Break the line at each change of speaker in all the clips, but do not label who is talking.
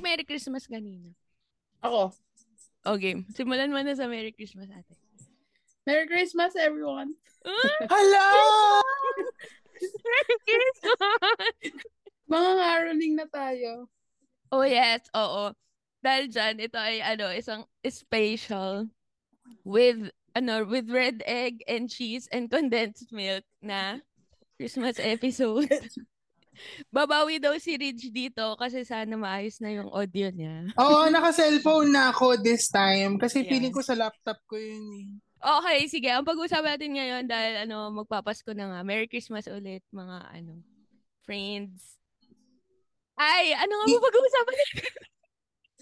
Merry Christmas kanina? O
Ako.
Oh, game, simulan mo na sa Merry Christmas ate.
Merry Christmas, everyone!
Ah,
Hello!
Merry Christmas!
Mga ngaroling na tayo.
oh yes, oo. Dahil dyan, ito ay ano, isang special with ano, with red egg and cheese and condensed milk na Christmas episode. Babawi daw si Ridge dito kasi sana maayos na yung audio niya.
Oo, naka-cellphone na ako this time kasi
Yeah.
feeling ko sa laptop ko yun eh.
Okay, sige. Ang pag-uusapan natin ngayon dahil ano, magpapasko na nga. Merry Christmas ulit mga ano, friends. Ay, ano nga
Y-
mo pag-uusapan natin?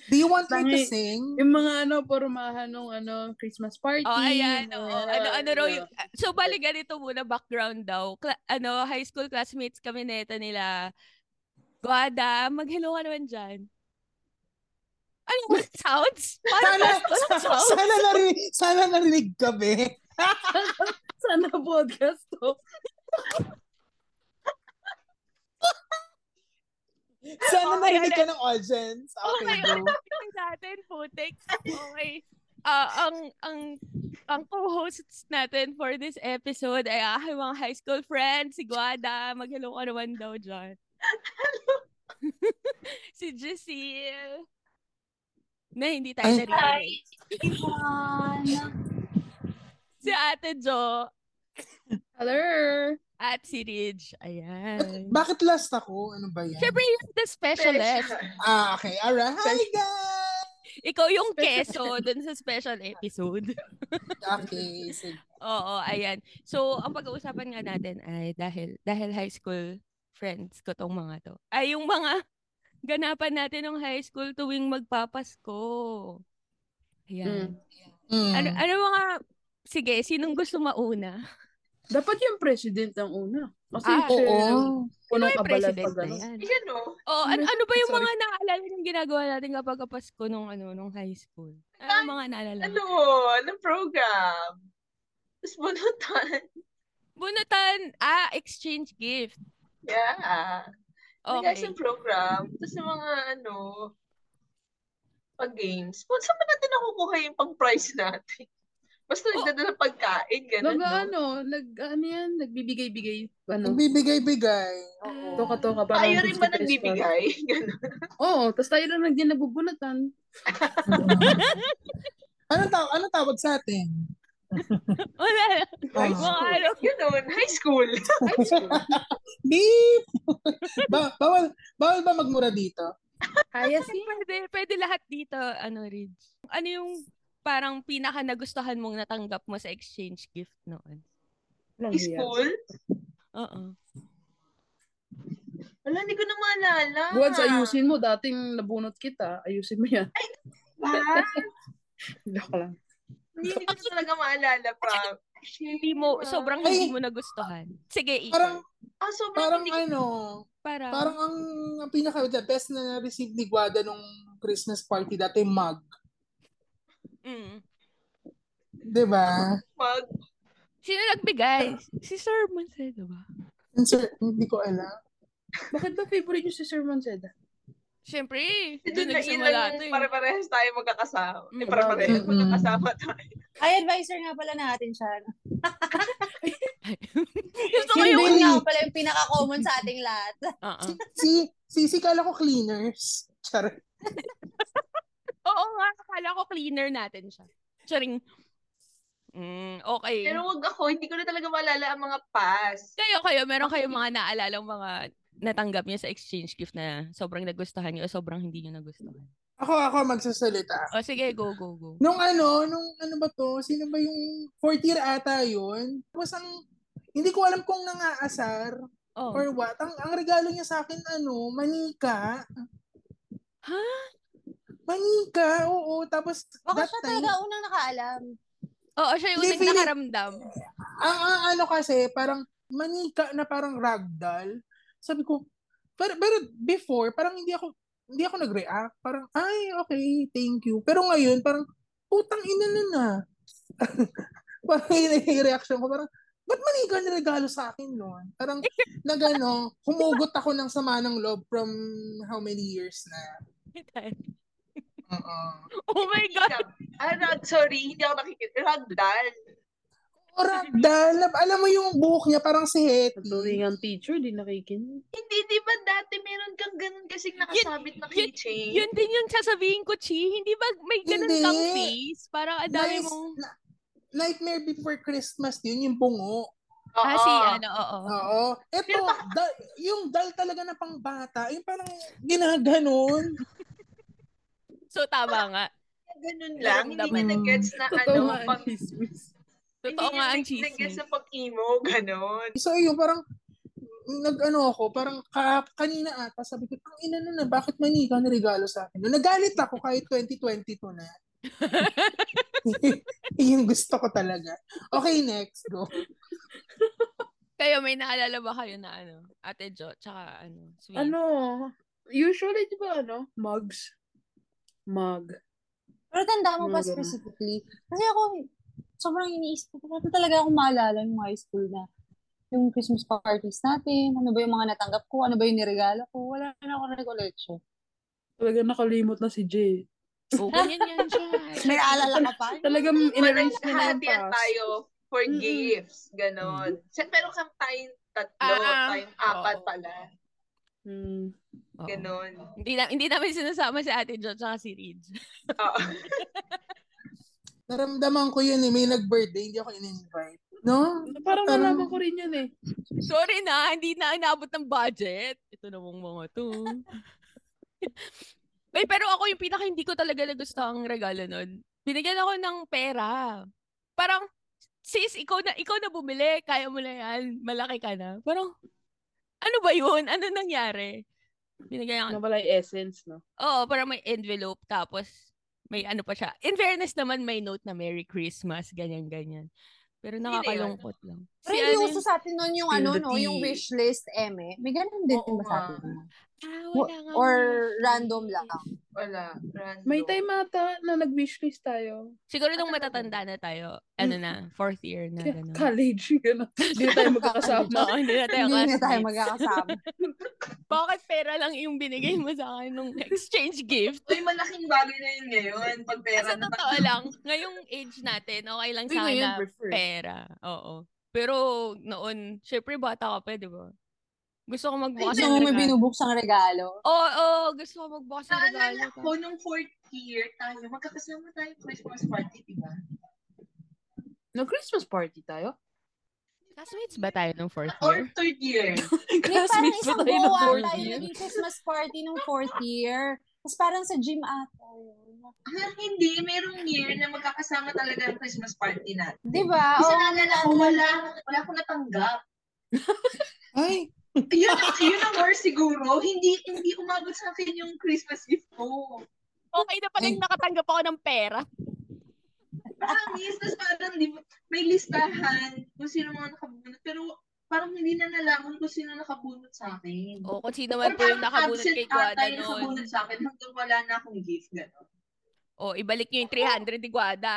Do you want me to
Tangi.
sing?
Yung mga ano, purumahan ng ano, Christmas party.
Oh, ayan. oo.
mga-
Ano, ano raw yung... So, bali ganito muna, background daw. Kla- ano, high school classmates kami neta nila. Guada, mag-hello ka naman dyan. Ano ba sounds? Parang
Sana,
basketball sounds.
sana, narinig, sana narinig ka, be.
Sana podcast to.
Sana
Oh my God. Oh
narinig ka ng audience. Okay,
Okay,
go.
Yung natin, putik. Okay. Ah, ang ang ang co-hosts natin for this episode ay aking mga high school friends, si Guada, mag-hello ka naman daw dyan. si Jessel. Na hindi tayo
Ay.
narinig. Si Ate Jo
Hello!
at si Ridge. Ayan.
Bakit last ako? Ano ba yan?
Siyempre, you're the specialist.
Ah, okay. Alright. Hi, guys!
Ikaw yung keso dun sa special episode.
Okay, sige.
Oo, ayan. So, ang pag-uusapan nga natin ay dahil dahil high school friends ko tong mga to. Ay, yung mga ganapan natin ng high school tuwing magpapasko. Ayan.
Mm.
Ano, ano mga, sige, sinong gusto mauna?
Dapat yung president ang una. Kasi
Ah,
siya
Oo.
yung punong
May
kabalat
president
pag
na
ano.
yan.
Yan o.
Oh, ano, ano ba yung
Sorry.
mga naalala ng ginagawa natin kapag Pasko nung ano nung high school? Ano mga naalala?
Ano? Anong program? Tapos bunutan.
Bunutan, ah, exchange gift.
Yeah. Guys,
Okay.
yung program. Tapos yung mga ano, pag-games. Kung saan ba natin nakukuha yung pang-prize natin? Basta
Oh.
nagdadala ng pagkain, ganun,
Nag,
no?
ano, nag, ano yan, nagbibigay-bigay. Ano,
Ang bibigay-bigay.
Ah.
toka-toka. parang
Tayo
gusto ko
rin ba
special.
nagbibigay? Ganun.
Oo, tapos tayo lang din nagbubunatan.
Anong, taw- anong tawag sa atin?
Wala.
Ah.
Mga ano,
Ganun. oh, High school.
High school.
Beep! ba- bawal, bawal ba magmura dito?
Kaya si
Pwede, pwede lahat dito, ano, Ridge. Ano yung parang pinaka nagustuhan mong natanggap mo sa exchange gift noon?
High school?
Oo.
Wala, hindi ko na maalala.
Buwan, ayusin mo. Dating nabunot kita, ayusin mo yan.
Ah,
Joke lang.
Hindi hindi ko na talaga maalala pa.
Hindi mo, sobrang
Ay!
hindi mo nagustuhan. Sige, ikaw.
Parang,
Ah, sobrang
parang
hindi ko
ano,
Ah.
parang,
parang ang, ang pinaka the best na na-receive ni Guada nung Christmas party dati mug.
mm.
'Di ba?
mag...
Sino nagbigay? Si Sir Mancedo ba?
Diba? Sir, hindi ko alam.
Bakit ba favorite niyo si Sir Manceda?
Siyempre, doon
Doon na yun lang
nagsimula ito eh.
yung pare-parehas tayo magkakasama. Eh,
Mm.
pare-parehas
Mm.
magkakasama tayo.
Ay, advisor nga pala natin siya.
Gusto ko
Hindi.
yung...
Yun nga pala yung pinaka-common sa ating lahat.
Oo.
Si, si, si kala ko cleaners. Char.
Oo nga, akala ko cleaner natin siya. Charing. Mm, okay.
Pero wag ako, hindi ko na talaga maalala ang mga pass.
Kayo, kayo, meron kayong mga naalalang mga natanggap niyo sa exchange gift na sobrang nagustuhan niyo o sobrang hindi niyo nagustuhan.
Ako, ako magsasalita.
O Oh, sige, go, go, go.
Nung ano, nung ano ba to? Sino ba yung fourth year ata yun? Tapos ang, hindi ko alam kung nangaasar
Oh.
or what. Ang, ang regalo niya sa akin, ano, manika.
Ha?
Manika, oo. Tapos, that
Baka siya
time,
talaga unang nakaalam.
Oo, siya yung unang
Hindi, feeling-
nakaramdam.
ang, ang ano kasi, parang manika na parang ragdoll. Sabi ko, pero, pero before, parang hindi ako, hindi ako nag-react. Parang, ay, okay, thank you. Pero ngayon, parang, putang ina na na. parang yun yung reaction ko. Parang, ba't manika niregalo sa akin noon? Parang, nagano, humugot ako ng sama ng love from how many years na.
Ragdan.
Oo.
Oh my God.
Ah, rag, sorry, hindi ako nakikita. Ragdal.
O ragdoll, nab- alam mo yung buhok niya parang si Hetty.
Tuloy ang teacher, di nakikinig.
Hindi, di ba dati meron kang ganun kasing nakasabit na
yun-
keychain?
Yun din yung sasabihin ko, Chi. Hindi ba may ganun
Hindi.
kang face? Parang ang dami
Nice.
mong...
Na- Nightmare Before Christmas yun, yung bungo.
Oo.
Ah, si ano, oo.
Oo. Ito,
Pero
dal- yung dal talaga na pangbata, yung parang ginaganon.
So, tama nga.
Ganun lang. Hindi niya
Nararamdaman.
nag-gets na
Totoo
ano.
nga
Pag,
ang chismis.
hindi
Totoo
niya
nga ang
nag- nag-gets
cheese.
na pag-emo. Ganun.
So, yun, parang nag-ano ako, parang ka, kanina ata, sabi ko, ang ina na na, bakit manika na regalo sa akin? Nung Nagalit ako kahit 2022 na. yung gusto ko talaga. Okay, next. Go.
Kayo, may naalala ba kayo na ano? Ate Jo, tsaka ano? Sweet.
Ano, usually, di ba, ano, mugs. Mug.
Pero tanda mo
Mga
pa
Mm.
ganun.
specifically. Kasi ako, sobrang iniisip ko. Bakit talaga ako maalala yung high school na yung Christmas parties natin, ano ba yung mga natanggap ko, ano ba yung niregalo ko, wala na ako recollection.
Talaga nakalimot na si Jay.
Oo, ganyan yan siya.
May alala ka pa?
Talagang in-arrange niya na yung
Malalakihan
pass.
tayo for
Mm-mm.
gifts. Ganon. Sa- Pero kam tayong tatlo,
Mm-hmm. Ah,
tayong apat
oo.
pala.
Hmm.
Oo.
Ganon.
Hindi, na, hindi namin sinasama si Ate Jo tsaka si Ridge.
Oo.
Naramdaman ko yun eh, may nag-birthday, hindi ako in-invite. No?
Parang
Parang-
nalaman ko rin yan eh.
Sorry na, hindi na inaabot ng budget. Ito namang mga to. Ay, pero ako yung pinaka hindi ko talaga nagustuhan ang regalo nun. Binigyan ako ng pera. Parang, sis, ikaw na, ikaw na bumili. Kaya mo na yan. Malaki ka na. Parang, ano ba yun? Ano nangyari? Binigyan ako.
Ano pala yung essence, no?
Oo, parang may envelope. Tapos, may ano pa siya. In fairness naman, may note na Merry Christmas. Ganyan, ganyan. Pero
Sino yun?
nakakalungkot lang.
Pero
Si
hindi
ano
uso
yun?
sa atin nun yung
Spill
ano,
the
no? Yung
tea.
wish list, Eme. May ganun din
Oo
ba sa
nga.
atin?
Ah,
Wa-
wala nga.
Or
wala.
random lang?
Wala. Random.
May time ata na nag-wishlist tayo.
Siguro nung matatanda na tayo, ano
Mm.
na, fourth year na,
Kaya
gano'n.
College, gano'n. Hindi na tayo magkakasama.
Oo, hindi na tayo
Hindi na tayo
classmates.
magkakasama.
Bakit pera lang yung binigay mo sa akin nung exchange gift?
Uy, malaking bagay na yun ngayon. Pag
Sa
pera na
totoo lang, ngayong age natin, okay lang sa akin na pera. Oo. Pero noon, syempre bata ka pa, di ba? Gusto ko magbukas
Gusto
ng
mo may
regalo.
binubuksang regalo?
Oo, oo, gusto ko magbukas ng regalo.
Naalala ko nung fourth year tayo, magkakasama tayo Christmas party, di ba?
No Christmas party tayo?
Classmates ba tayo nung fourth
Or
year?
third year.
Hindi, parang
Classmates
isang
ba tayo ng
buwan
fourth
tayo
year?
naging Christmas party nung fourth year. Tapos parang sa gym ata. yun.
Ah, hindi, merong year na magkakasama talaga ang Christmas party natin.
Di ba?
Kasi
Oo.
naalala ko, wala, wala akong natanggap.
Ay,
yun, yun ang worst siguro. Hindi, hindi umabot sa akin yung Christmas gift ko.
Okay na pala yung nakatanggap ako ng pera.
Promise, tapos parang di, ba- may listahan kung sino mga nakabunot. Pero parang hindi na nalaman kung sino nakabunot sa akin.
Oo, kung sino
Or
man po yung
parang
nakabunot
absent
kay
ata
Guada
yung
noon.
nakabunot sa akin hanggang wala na akong gift. Gano'n.
O, ibalik nyo yung 300 ni Guada.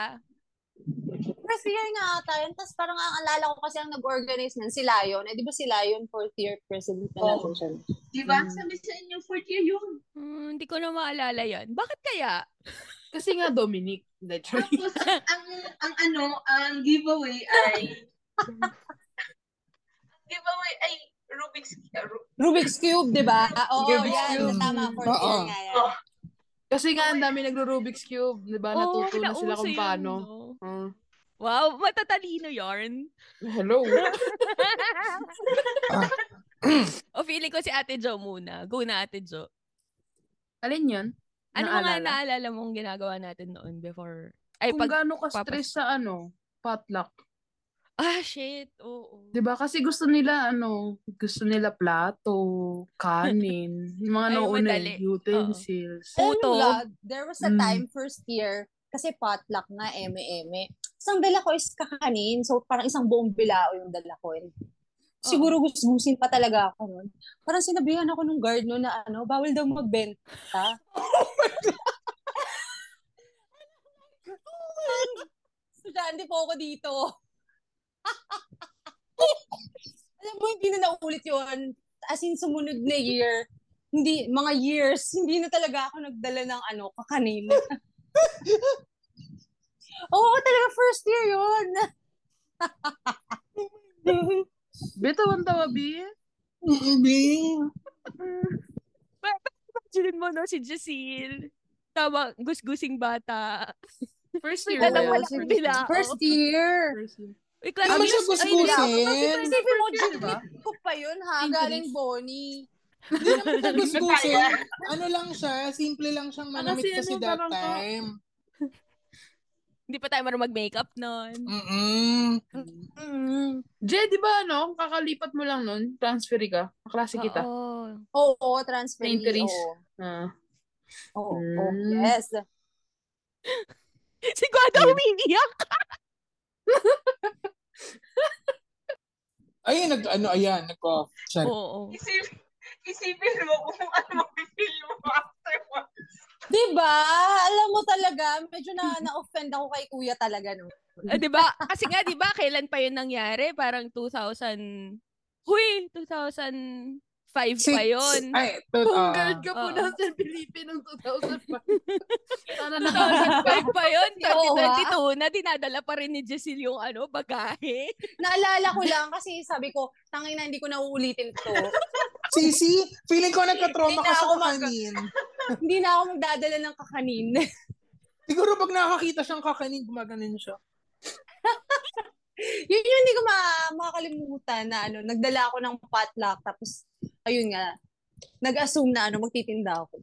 Oh, Fourth year nga ata yun. Tapos parang ang alala ko kasi ang nag-organize nun, si Lion. Eh, di ba si Lion fourth year president na
Oo.
natin siya?
Oh, Di ba?
Mm.
Sabi sa inyo, fourth year yun.
Hmm, hindi ko na maalala yan. Bakit kaya?
Kasi nga Dominic. Hindi, joke.
Tapos, ang, ang, ang ano, ang giveaway ay, ang giveaway ay Rubik's uh, Ru-
Rubik's Cube, di ba? Ah, Oo,
Rubik's
yan.
Cube.
Tama, fourth year
Oo.
nga yan.
Oo.
Kasi nga, ang dami nagro-Rubik's Cube. Di ba?
Oo,
Ah, Natuto na sila
nauso
kung
yun,
paano.
no?
Ah,
Wow, matatalino yarn.
hello.
o feeling ko si Ate Jo muna. Go na Ate Jo.
Alin yan?
Ano mga
Naalala?
naalala mong ginagawa natin noon before? Ay,
Kung
pag...
gaano ka-stress sa ano, potluck.
Ah, shit. Oo.
Di ba? Kasi gusto nila, ano, gusto nila plato, kanin, yung mga
Ay,
nauna,
madali.
eh, utensils.
Alam
Photo.
mo, Gab, there was a
Mm.
time first year, kasi potluck na, eme-eme. Isang dala ko is kakanin, so parang isang buong bilao yung dala ko. eh. Siguro gusgusin pa talaga ako nun. Parang sinabihan ako nung guard no na ano, bawal daw magbenta. Estudyante po ako dito. Alam mo, hindi na naulit yun. As in, sumunod na year, hindi, mga years, hindi na talaga ako nagdala ng ano, kakanina. Oo, talaga first year yun.
Bitawan tawa, B.
Hindi.
Imagine mo, no, si Jacil. Tama, gusgusing bata.
First year
Dala
ba
pala ang
yun? First
bila.
First year.
First year.
Wait,
Hindi
Ano
class,
mo siya gusgusin.
Isipin mo,
year, diba?
Jeep ko pa yun, ha?
English.
Galing Bonnie.
Hindi naman siya gusgusin. Ano lang siya, simple lang siyang manamit
kasi
kasi
ano,
that
parang-
time.
hindi pa tayo marunong mag-makeup noon.
Mm-mm.
Mm.
Jay, di ba ano, kakalipat mo lang nun, transfer ka, kaklase kita.
Oo.
Oo, transfer.
Interest.
Oo.
Ah.
Oo,
Mm.
oo, yes.
Si Guada umiiyak.
Ayun, nag, ano, ayan, nag-off. Sorry.
Oo.
Isip, isipin mo kung ano mapipil mo afterwards.
Diba? Alam mo talaga, medyo na na-offend ako kay kuya talaga. No?
Ah, 'di ba? Kasi nga 'di ba kailan pa 'yun nangyari? Parang 2000 Huy, 2005 pa 'yon.
Oh.
Ay, to,
Kung
ah.
girl ka po
Oo.
na sa Pilipinas ng 2005. Sana na
2005 pa 'yon,
Oo, ha?
2022 na dinadala pa rin ni Jessil yung ano, bagahe.
Naalala ko lang kasi sabi ko, tangin na hindi ko na uulitin to.
Sisi, feeling ko nagka-trauma
Hindi
ka
na
sa
ako
kakanin.
hindi na ako magdadala ng kakanin.
Siguro pag nakakita siyang kakanin, gumaganin siya.
yun yung hindi ko ma- makakalimutan na ano, nagdala ako ng potluck tapos ayun nga, nag-assume na ano, magtitinda ako.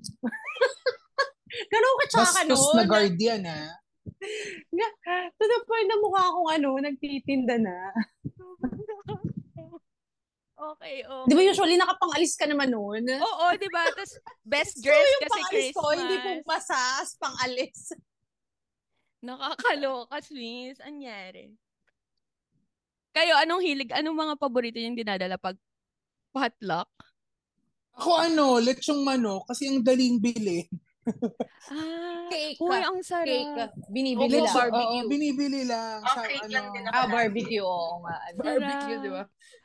Ganun ka tsaka
Bastos
no?
na
Na,
guardian, ha?
to the point na mukha akong ano, nagtitinda na.
okay, oh.
Di ba usually nakapangalis ka naman noon?
Oo, 'di ba? Tas best
So,
dress
yung
kasi
pangalis ko,
Christmas.
hindi pumasas, pangalis.
Nakakaloka, Swiss. Anyari? Kayo, anong hilig? Anong mga paborito yung dinadala pag potluck?
Ako ano, lechong manok kasi ang daling bili.
Ah,
Cake.
uy, ang sarap.
Cake, binibili
Oo,
lang.
bar- Barbecue.
Oo, binibili lang.
Ah,
sa,
cake
ano,
lang din ako.
Ah, barbecue, oo nga. ano.
Barbecue, di ba?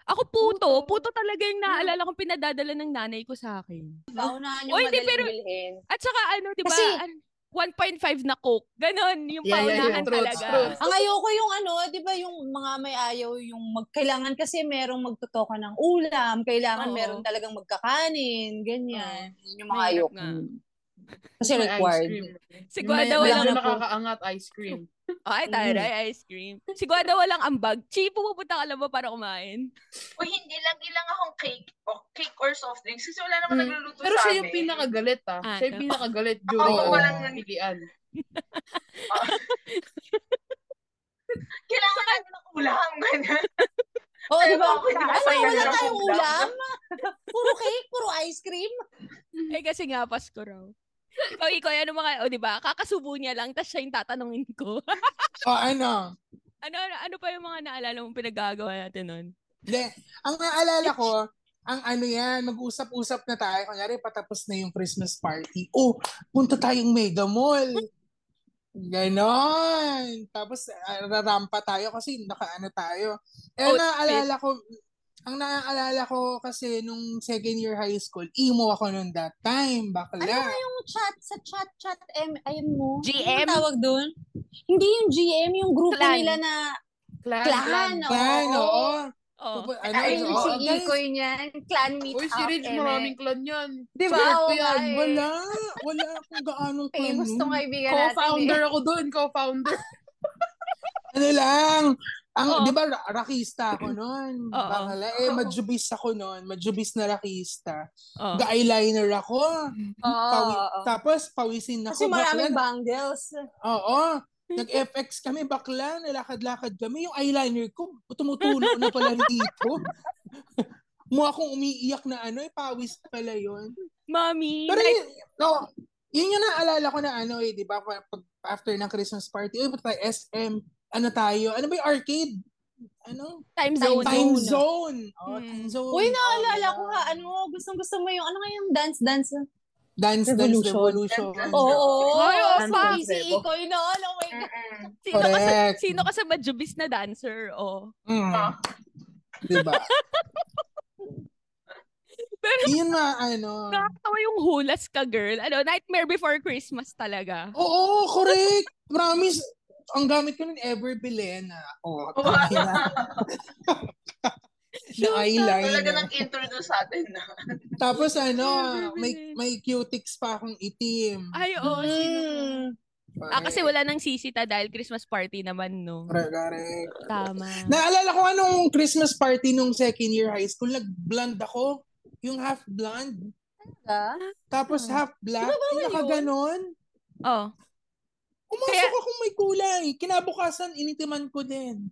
Ako puto. Puto talaga yung naaalala kong pinadadala ng nanay ko sa akin.
Paunahan yung
Oy, hindi,
madaling
pero-
bilhin.
At saka ano, di ba?
Kasi-
an- 1.5 na coke. Ganon, yung
Yeah, yeah, yeah.
paunahan
Truth,
talaga.
truth.
Ang ayoko yung ano, di ba yung mga may ayaw yung mag, kailangan kasi merong magtutoka ng ulam, kailangan
Oo.
meron talagang magkakanin, ganyan. Yun yung mga
Mahirap
ayoko. Mm.
nga.
Kasi
May
required.
Si Guada
may-
walang...
may-
Medyo nakakaangat ice cream.
Ay, taray, ice cream. Si Guada walang ambag. Chi, pumupunta ka lang ba para kumain?
Uy, hindi lang ilang akong cake. O, cake or soft drinks. Kasi wala naman
Mm.
nagluluto
Pero
sa
siya
amin.
yung pinakagalit ah.
Ah,
Siya yung
no.
pinakagalit
Ako
during
Oo.
walang
oh, ikian.
Kailangan natin ng ulam. ganyan.
Oo, oh, di ba?
Ewan ko, hindi ko
Ano,
masaya
wala
yung
tayong
ulam.
ulam? puro cake, puro ice cream?
Eh, kasi nga, Pasko raw. Ikaw, ikaw, ano mga, o di ba? Kakasubo niya lang, tapos siya yung tatanungin ko.
Oh, ano?
ano, ano, ano pa yung mga naalala mong pinagagawa natin nun?
Hindi. Ang naalala ko, ang ano yan, mag-usap-usap na tayo. Kunyari, patapos na yung Christmas party. Oh, punta tayong Mega Mall. Ganon. Tapos, ah, rarampa tayo kasi nakaano tayo. Eh, ang
Oh,
Outfit.
naaalala ko, ang naaalala ko kasi nung second year high school, emo ako nung that time, bakla.
Ano nga yung chat, sa chat, chat, M, ayun mo?
GM?
Ano yung tawag doon? Hindi yung GM, yung grupo
Clan.
nila na
Clan,
clan.
clan.
oo.
Yan, oo.
Oh.
Pupu- ano,
Ayun
oo,
si
ang galing.
Ikoy niyan, clan meet
Uy, si
up,
Ridge,
eme.
maraming clan yan.
Di ba?
Sure
Oo
ko
nga
yan.
eh.
Wala. Wala akong gaanong
Famous
nun.
tong kaibigan natin eh.
Co-founder ako doon, co-founder.
ano lang, ang,
Oo.
di ba, ra- rakista ako noon.
Oo.
Bangala, eh, majubis ako noon. Majubis na rakista.
Oh.
Ga-eyeliner ako.
Oo,
Pawi-
oo, oo.
Tapos, pawisin ako.
Kasi maraming
bakla.
bangles.
Oo. Nag-FX kami, bakla, nalakad-lakad kami. Yung eyeliner ko, tumutulo na pala dito. Mukha akong umiiyak na ano, eh, pawis pala yun.
Mommy,
Pero
night,
yun, no, yun yung naalala ko na ano eh, di ba, pag, pag- after ng Christmas party, uy, punta tayo SM, ano tayo, ano ba yung arcade? Ano?
time
Time
zone.
Time
zone.
zone. Oh,
Mm.
time zone.
Uy, naalala
Oh,
ko ha, ano, gustong gusto mo yung, ano nga yung dance, dance?
Dance, dance,
Revolution.
revolution.
Oo, oo.
Ay, oo,
Ang
pa.
busy ikoy na, oh my God.
Mm-mm.
Sino ka sa,
Correct.
sino ka sa majubis na dancer? Oh.
Mm.
Ah.
Di ba?
Pero
Yun na, ano.
Nakakatawa yung hulas ka, girl. Ano, Nightmare Before Christmas talaga.
Oo, correct. Promise. Ang gamit ko nun, Ever Belena. Oo, oh, na
Talaga
eyeliner.
nag-introduce sa atin na.
Tapos ano,
Ever
may,
Belena.
may cutics pa akong itim.
Ay, oo. sino to?
Hmm.
Ah, kasi wala nang sisita dahil Christmas party naman, no?
Correct, correct.
Tama.
Naalala ko anong Christmas party nung second year high school, nag-blonde ako. Yung half blonde.
Ka?
Tapos
Ah.
half black.
Di ba bawal
Pinaka
yun?
ganon.
Oh.
Umasok
Kaya-
akong may kulay. Kinabukasan, initiman ko din.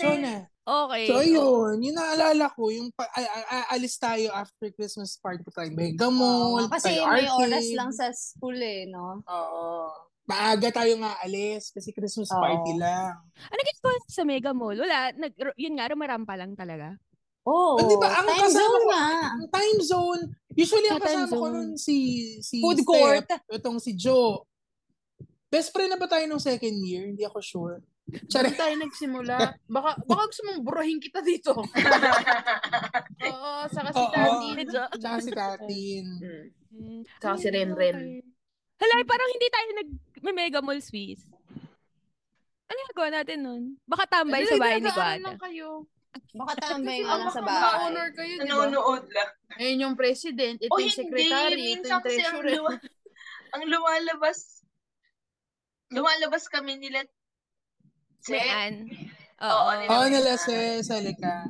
So na.
Okay.
So ayun, yung naalala ko, yung pa- a- a- a- alis tayo after Christmas party pa tayo. Mega mall,
Kasi
tayo
may
arcade.
oras lang sa school eh, no?
Oo. Maaga tayo nga alis kasi Christmas
Oo.
party lang.
Ano ginagawa niyo sa Mega Mall? Wala. Nag, ro- yun nga, rumarampa lang talaga.
Oo.
Hindi ba, ang
time
kasama
zone
ko-
nga.
Ang time zone, usually ang
Ah, time
kasama ko
zone.
nun si, si
Food
Steph,
court.
itong si Joe. Best friend na ba tayo nung second year? Hindi ako sure.
Saan
Sorry.
tayo nagsimula? Baka, baka gusto mong burahin kita dito. Oo, saka si
Oo.
Tati.
Medyo.
Tsaka si Tatin.
Mm.
Mm.
Tsaka si
Ay,
Renren.
okay. Hala, ay, parang hindi tayo nag may Mega Mall Swiss. Ano yung gawa natin nun? Baka tambay sa bahay ni
Nagdadaan
Guada.
lang kayo.
Baka tambay ka
Ang
lang sa
baka
bahay.
honor kayo, di ba?
Nanonood lang.
Ayun yung president, diba? ito
O
yung secretary,
Oh, hindi,
ito
minsan
yung
kasi ang,
treasurer.
luwa- ang lumalabas, lumalabas kami nila
Si
Che,
Ann.
Oo,
Oo.
nila-
Oo, oh, nala si Salika.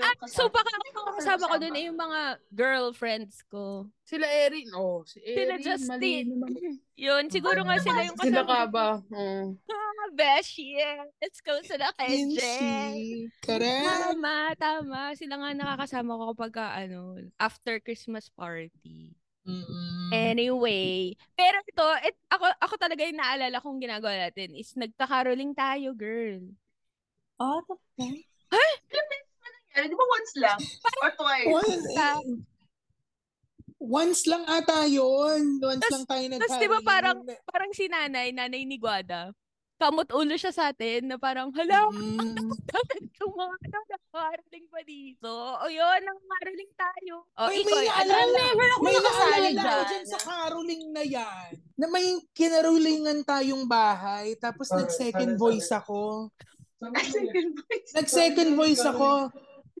Ah, so baka
Kasama.
ang kasama ko dun eh, yung mga girlfriends ko.
Sila Erin, oh, si
Sila
Erin, mali
Justine.
naman.
Yun, siguro nga sila yung kasama.
Sila ka
ko.
Ano ba? Oh. Oo.
Ah, Besh, yeah. Let's go sila kay
Yun
Jen.
si... Correct.
Tama, tama. Sila nga nakakasama ko kapag ka, ano, after Christmas party.
Mm-mm.
Eh, Anyway, pero ito, it, ako, ako talaga yung naalala kong ginagawa natin is nagkakaroling tayo, girl.
Ah,
Oh, the fuck?
Nangyari, Di ba once lang? Or twice?
Once, eh.
Sa-
once lang ata yun. Once
Tas-
lang tayo nag Mm.
Tapos di ba parang, parang si nanay, nanay ni Guada, kamot ulo siya sa atin na parang, hala,
Hmm. Mm.
dapat yung mga ano, nakakaraling pa dito. O yun, nakakaraling tayo. O,
May- may
ikaw, ano,
naalala-
Never ako
May
nakasali
naalala ako
dyan.
dyan sa caroling na yan. Na may kinarulingan tayong bahay. Tapos nag-second voice ako.
Ay, second voice.
Nag-second voice ako.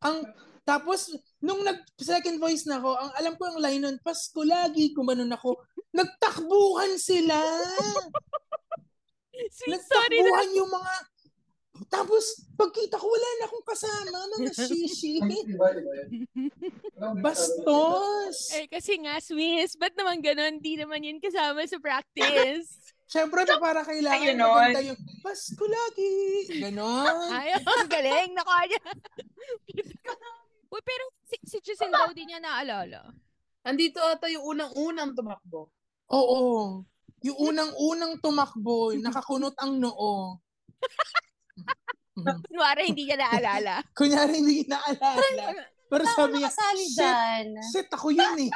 Ang tapos nung nag-second voice na ako, ang alam ko ang line nun, Pasko lagi kumanon ako. Nagtakbuhan sila.
sweet sorry na.
Nagtakbuhan yung mga tapos, pagkita ko, wala na akong kasama, mga shishi, bastos.
Eh, kasi nga, Swiss, ba't naman ganun? Di naman yun kasama sa practice.
Siyempre, pa para kailangan
Ayun,
maganda yung Pasko lagi. Ganon.
Ay, ang galing. Nakuha niya. Uy, pero si, si Giselle daw di niya naalala.
Andito ata yung unang-unang tumakbo.
Oh,
Oo. Yung unang-unang tumakbo, nakakunot ang noo. Mhm.
Kunwari, hindi niya naalala.
Kunyari, hindi naalala. Pero
Wala ako
sabi niya,
nakasali
shit,
dyan.
shit, ako yun eh.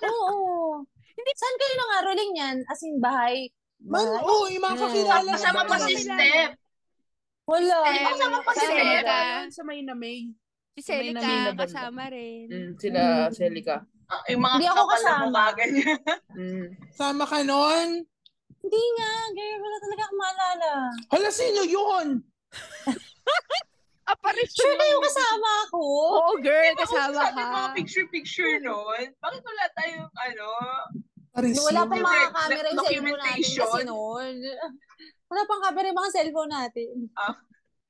Oo. Hindi. Saan kayo nangaroling yan? As in, bahay?
Man,
Bahay?
oo, yung mga
Mm.
kakilala.
Kasama
ko
Hmm. pa si
talaga.
Steph.
Wala.
Eh, kasama pa si
Saan
Sel.
ba?
Yun, Sa may namay.
Si
May
Celica,
namila banda.
kasama rin.
Mm, sila
Mm.
Celica.
Ah, yung mga
Hindi ako
kapal na
kasama.
mukha ganyan.
Mm.
Sama ka nun?
Hindi nga, girl. Wala talaga akong maalala.
Hala, sino yun?
Apparition!
Sure kayo kasama ako?
Oo, girl,
Ako
kasama
sabi
ka.
mga picture-picture noon. Bakit wala tayong ano?
Paris
Wala
yun.
pang mga
Document-
camera yung cellphone natin
documentation.
kasi noon. Wala pang camera yung mga cellphone natin.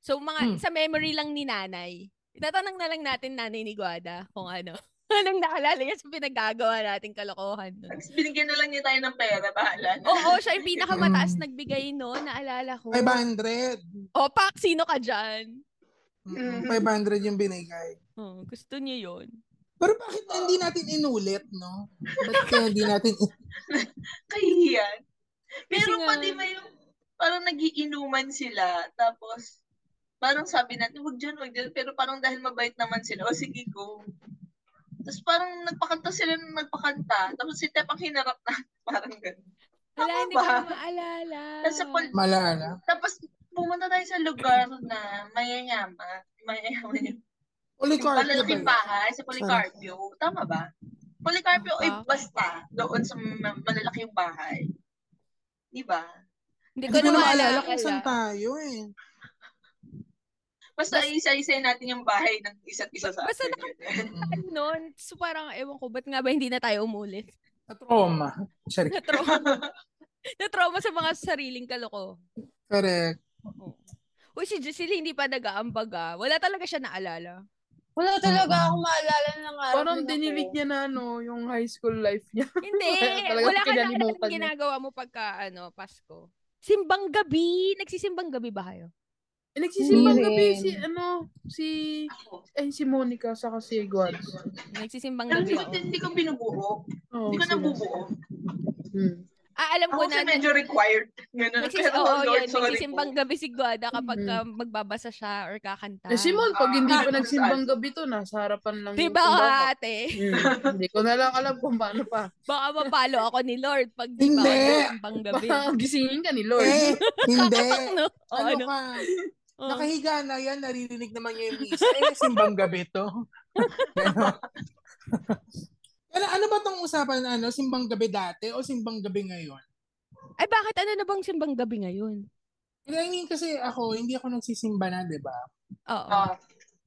So, mga,
Hmm.
sa memory lang ni nanay. Itatanong na lang natin nanay ni Guada kung ano. Anong naalala niya sa pinagagawa nating kalokohan nun.
Tapos binigyan na lang niya tayo ng pera. Bahala na.
Oo, siya yung pinakamataas
Mm.
nagbigay no, naalala ko.
500.
O, Pak, sino ka dyan?
Mm,
Mm.
500 yung binigay.
Oh, gusto niyo yun.
Pero bakit hindi natin inulit, no? Ba't kaya hindi natin...
Kahihiyan. Meron
Kasi
pa
nga-
di ba yung parang nagiinuman sila. Tapos parang sabi natin, wag dyan, wag dyan. Pero parang dahil mabait naman sila, o sige, go. Tapos parang nagpakanta sila ng nagpakanta. Tapos si Tep ang hinarap na. Parang ganun.
Wala,
Tama
hindi ko
ba?
na maalala.
Tapos sa pol-
Malala.
Tapos pumunta tayo sa lugar na mayayaman. Mayayaman yun. Yung
Polycarp.
malalaking
diba?
bahay sa Policarpio. Tama ba? Policarpio ay
Ah.
basta doon sa ma- malalaking bahay. Di ba?
Hindi ko na
Hindi ko na
maalala.
maalala kung saan tayo eh.
Basta isa-isay natin yung bahay ng isa't isa sa
Basta
atin.
Tayo noon. So parang ewan ko, ba't nga ba hindi na tayo umulit?
Trauma. Sorry.
Na-trauma. Na-trauma sa mga sariling kaloko.
Correct.
Oo. Uy, si Jusil hindi pa nag-aambag ah. Wala talaga siya naalala.
Wala talaga akong maalala ng araw.
Parang
na yun
dinilig
ako.
niya na, no, yung high school life niya.
Hindi. wala ka
Talaga
na alam
kinalimutan niya.
ginagawa mo pagka ano, Pasko. Simbang gabi. Nagsisimbang gabi ba kayo?
Eh, Nagsisimbang
Hindi
gabi
rin.
si, ano, si,
Ako.
ay, si Monica, saka si Guards.
Nagsisimbang
Alam
gabi
ko,
ako.
hindi ko binubuo.
Oh,
Hindi ko
sila.
nabubuo.
Hmm.
Ah, alam ko
Ako kasi
na.
medyo required. Ganun.
Nagsis-
Pero,
oo, yun.
Lord, sorry
Nagsisimbang
po.
gabi si Guada kapag ka magbabasa siya or kakanta.
Eh, si Mon, pag hindi
Ah,
pa
ah,
nagsimbang gabi to, nasa harapan lang
Di ba,
simbahan.
Diba, ate?
Hmm. Hindi ko na lang alam kung paano pa.
Baka mapalo ako ni Lord pag di
Hindi.
ba ako nagsimbang gabi.
Baka gisingin ka ni Lord.
Eh, hindi.
Ano? Oo,
Ano
ano? Oh.
ka?
Oo.
Nakahiga na yan, naririnig naman niya yung misa. Eh, simbang gabi to. Ganon. Pero ano ba tong usapan na ano, simbang gabi dati o simbang gabi ngayon?
Ay, bakit ano na bang simbang gabi ngayon?
I mean, kasi ako, hindi ako nagsisimba na, di ba?
Oo.
Ah,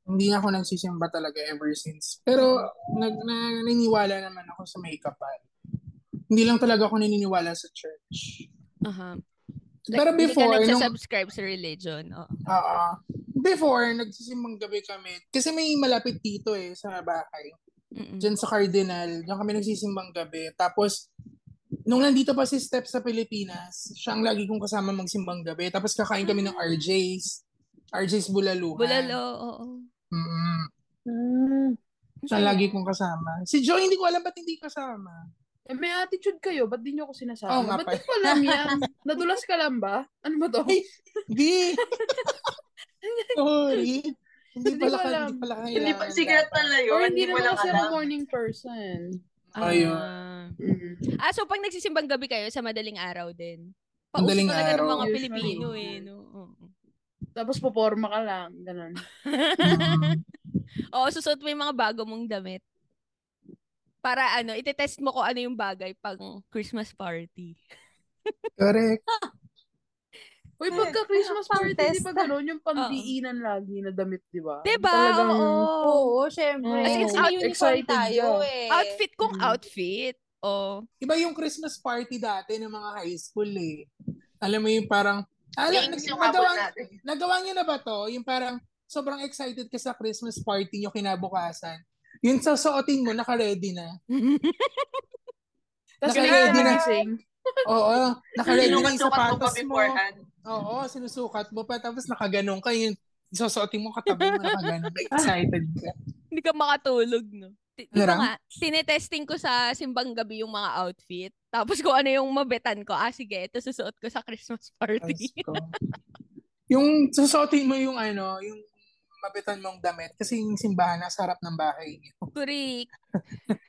Hindi ako nagsisimba talaga ever since. Pero nag, na, naniniwala naman ako sa may kapal. Hindi lang talaga ako naniniwala sa church.
Aha.
Pero
hindi
before,
ka
nung,
nagsasubscribe sa religion. Oo.
oo. before, nagsisimbang gabi kami. Kasi may malapit dito eh, sa bahay.
Mm-mm.
Diyan sa Cardinal, diyan kami nagsisimbang gabi. Tapos, nung nandito pa si Steph sa Pilipinas, siya ang lagi kong kasama magsimbang gabi. Tapos kakain kami ng
Mm.
RJ's. RJ's Bulaluhan.
Bulalo, oo.
Mm-mm.
Hmm.
Siya ang lagi kong kasama. Si Joy, hindi ko alam ba't hindi kasama.
Eh, may attitude kayo. Ba't di niyo ako sinasama?
Oo nga
Ba't
pa.
di ko alam yan? Nadulas ka lang ba? Ano ba to?
Ay, Di! Sorry. Hindi
Hindi
pala,
ko
ka,
alam.
hindi pala kailangan.
hindi pa, secret pala yun.
Or hindi
mo
naman
lang
kasi
alam.
ako morning person.
Ah.
Ayun.
Mm.
Ah, so pag nagsisimbang gabi kayo, sa madaling araw din. Pauso
Madaling
talaga ng
araw.
mga
Usually.
Pilipino eh. No? Oo.
Tapos poporma ka lang. Ganun.
Mm.
Oo, susuot mo yung mga bago mong damit. Para ano, itetest mo kung ano yung bagay pang Christmas party.
Correct.
Uy,
Eh,
pagka Christmas party,
Pang-test.
di ba ganun? Yung pangdiinan lagi na damit, di ba?
Diba?
Talagang
Oo.
Oo, syempre.
As
Kasi
in,
uniform
Hmm. excited
tayo
ka.
eh.
Outfit kung
Mm-hmm.
Mm.
outfit. Oh. Oo.
Iba yung Christmas party dati ng mga high school eh. Alam mo yung parang, alam,
Wings yung habol
nagawa,
natin.
nagawa niyo na ba to? Yung parang, sobrang excited ka sa Christmas party niyo kinabukasan. Yun sa suotin mo, naka-ready na.
Tapos
Naka-
hindi ka
ready na.
nagising.
Oo, naka-ready na yung
Sinukat-sukat mo pa
sapatos mo.
beforehand.
Oo, sinusukat mo pa. Tapos nakaganong ka. Yung susuotin mo katabi mo, nakaganong ka. Excited ka.
Hindi ka makatulog, no? Ti-
Ano
Di ba
raw?
nga, tinetesting ko sa simbang gabi yung mga outfit. Tapos kung ano yung mabetan ko, ah sige, ito susuot ko sa Christmas
Ayos
party.
ko. yung susuotin mo yung ano, yung mabitan mong damit kasi yung simbahan nasa harap ng bahay niyo.
Correct.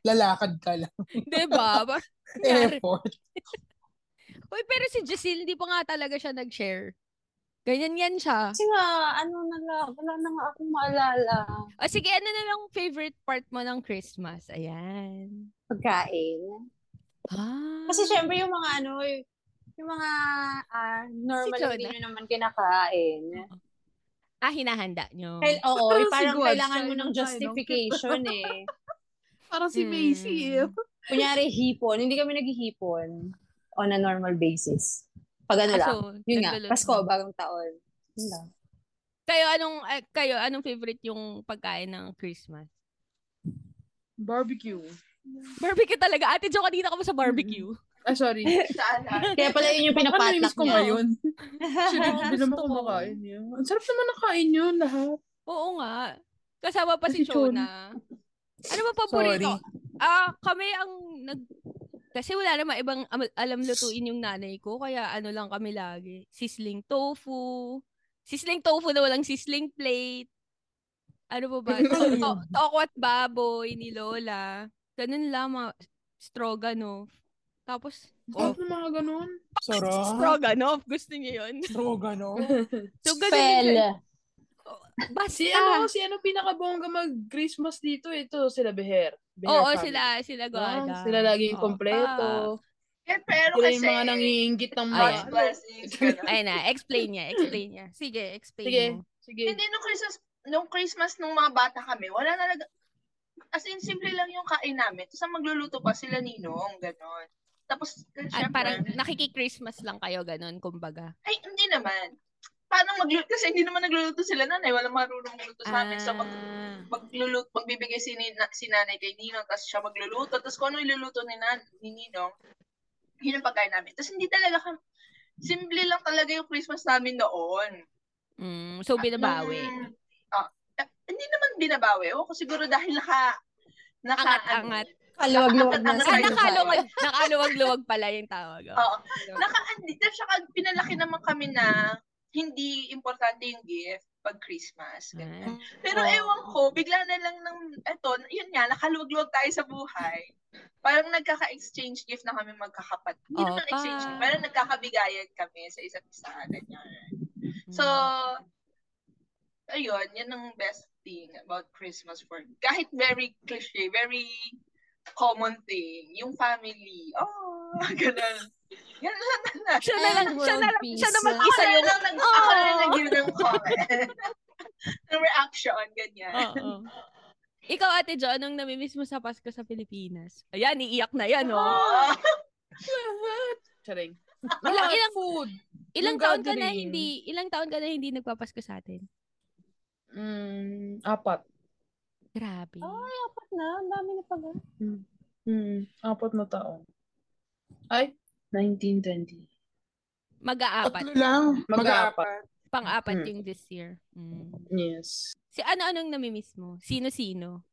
Lalakad ka lang.
Di ba? Parang nangyari.
Effort.
Uy, pero si Jacil, hindi pa nga talaga siya nag-share. Ganyan yan siya.
Kasi nga, ano na nga, wala na nga akong maalala.
O sige, ano na lang favorite part mo ng Christmas? Ayan.
Pagkain.
Ah.
Kasi syempre yung mga ano, y- yung mga ah, normal
Si Jonah.
hindi nyo naman kinakain.
ah, hinahanda nyo.
Kail oo,
Parang
eh,
si
parang
Gwads,
kailangan mo
siya
ng
yung
justification eh.
Parang si Macy eh.
Mm.
Kunyari, hipon. Hindi kami naghihipon on a normal basis. Pag ano
Ah,
lang.
so,
Yun nga,
nagluluto.
Pasko, bagong taon. Yun lang.
Kayo, anong, eh, kayo, anong favorite yung pagkain ng Christmas?
Barbecue.
Barbecue talaga. Ate Jo, kanina ka ba sa barbecue?
Ah, sorry.
Saan ah?
Kaya pala yun yung
Ano
pinapatlak
na-miss ko
niya.
ngayon? Actually, hindi naman
Gusto ko.
kumakain yun. Ang sarap naman nakain yun lahat.
Oo nga. Kasama pa si
Si
Chona. Ano ba paborito? Ah, kami ang nag... Kasi wala naman ibang am- alam lutuin yung nanay ko. Kaya ano lang kami lagi. Sisling tofu. Sisling tofu na walang sisling plate. Ano ba ba? To- to- toko at baboy ni Lola. Ganun lang. Mga stroganoff. Tapos,
Sarap
oh,
na mga ganun.
Sarap.
stroganoff. Gusto niyo yun?
Stroganoff.
So, ganun yun
Spell.
siya. Basta.
Si ano, si ano pinakabongga mag-Christmas dito, ito, sila Beher. Beher
Oo,
family.
sila, sila
Ah,
Guada.
sila laging
Oo, Ah.
kompleto.
Eh, pero
Sila
kasi,
yung mga nangiingit ng mga...
Much blessings.
pa.
ganun.
Ayun na, explain niya, explain niya. Sige, explain
Sige,
mo.
sige.
Hindi, nung Christmas, nung Christmas nung mga bata kami, wala talaga, as in, simple lang yung kain namin. Tapos ang magluluto pa sila ninong, gano'n. Tapos,
At
syempre,
Ah, parang nakiki-Christmas lang kayo, ganun, kumbaga.
ay, hindi naman. Paano magluluto? Kasi hindi naman nagluluto sila nanay. Walang marunong magluto sa amin. So, mag,
Ah.
magluluto, magbibigay si, ni, na, si nanay kay Ninong, tapos siya magluluto. Tapos kung ano iluluto ni, nan, ni Ninong, yun ang pagkain namin. Tapos hindi talaga, kam- simple lang talaga yung Christmas namin noon.
Mm, so, binabawi.
Mm, ah, eh, hindi naman binabawi. O, kasi siguro dahil naka... naka ano,
Angat-angat.
Kaluwag-luwag na
Ang-
Ah,
sa
ang-
nakaluwag, nakaluwag-luwag pala yung tawag. oh.
Oo. Naka-andito siya. kag- Pinalaki naman kami na hindi importante yung gift pag Christmas. ganun.
Ah.
Pero ewan ko, bigla na lang ng, eto, yun nga, nakaluwag-luwag tayo sa buhay. Parang nagkaka-exchange gift na kami magkakapat. Hindi
Oo,
naman exchange
pa.
gift, parang nagkakabigayan kami sa isa't isa. Ganyan. So,
Hmm.
ayun, yan ang best thing about Christmas for Kahit very cliche, very common thing, yung family. Oh, ganun. Yan lang na.
siya na lang, siya na lang, siya na
World peace.
mag-isa yung...
Ako na lang, nag- ako na lang
Oh.
nag-give ng comment. ng reaction, ganyan.
Oo. Ikaw, Ate Jo, anong namimiss mo sa Pasko sa Pilipinas? Ayan, iiyak na yan, oh.
Oh.
Charing.
Ilang,
Mga
ilang,
food.
ilang
yung
taon ka na
gathering.
hindi, ilang taon ka na hindi nagpapasko sa atin?
Mm, apat.
Grabe.
Ay, apat na. Ang dami na pala.
Mm, apat na taon. Ay, 1920.
Mag-aapat.
Tatlo lang.
Mag-aapat.
Mag-aapat.
Pang-apat
Mm.
yung this year. Mm.
Yes.
Si ano-anong namimiss mo? Sino-sino?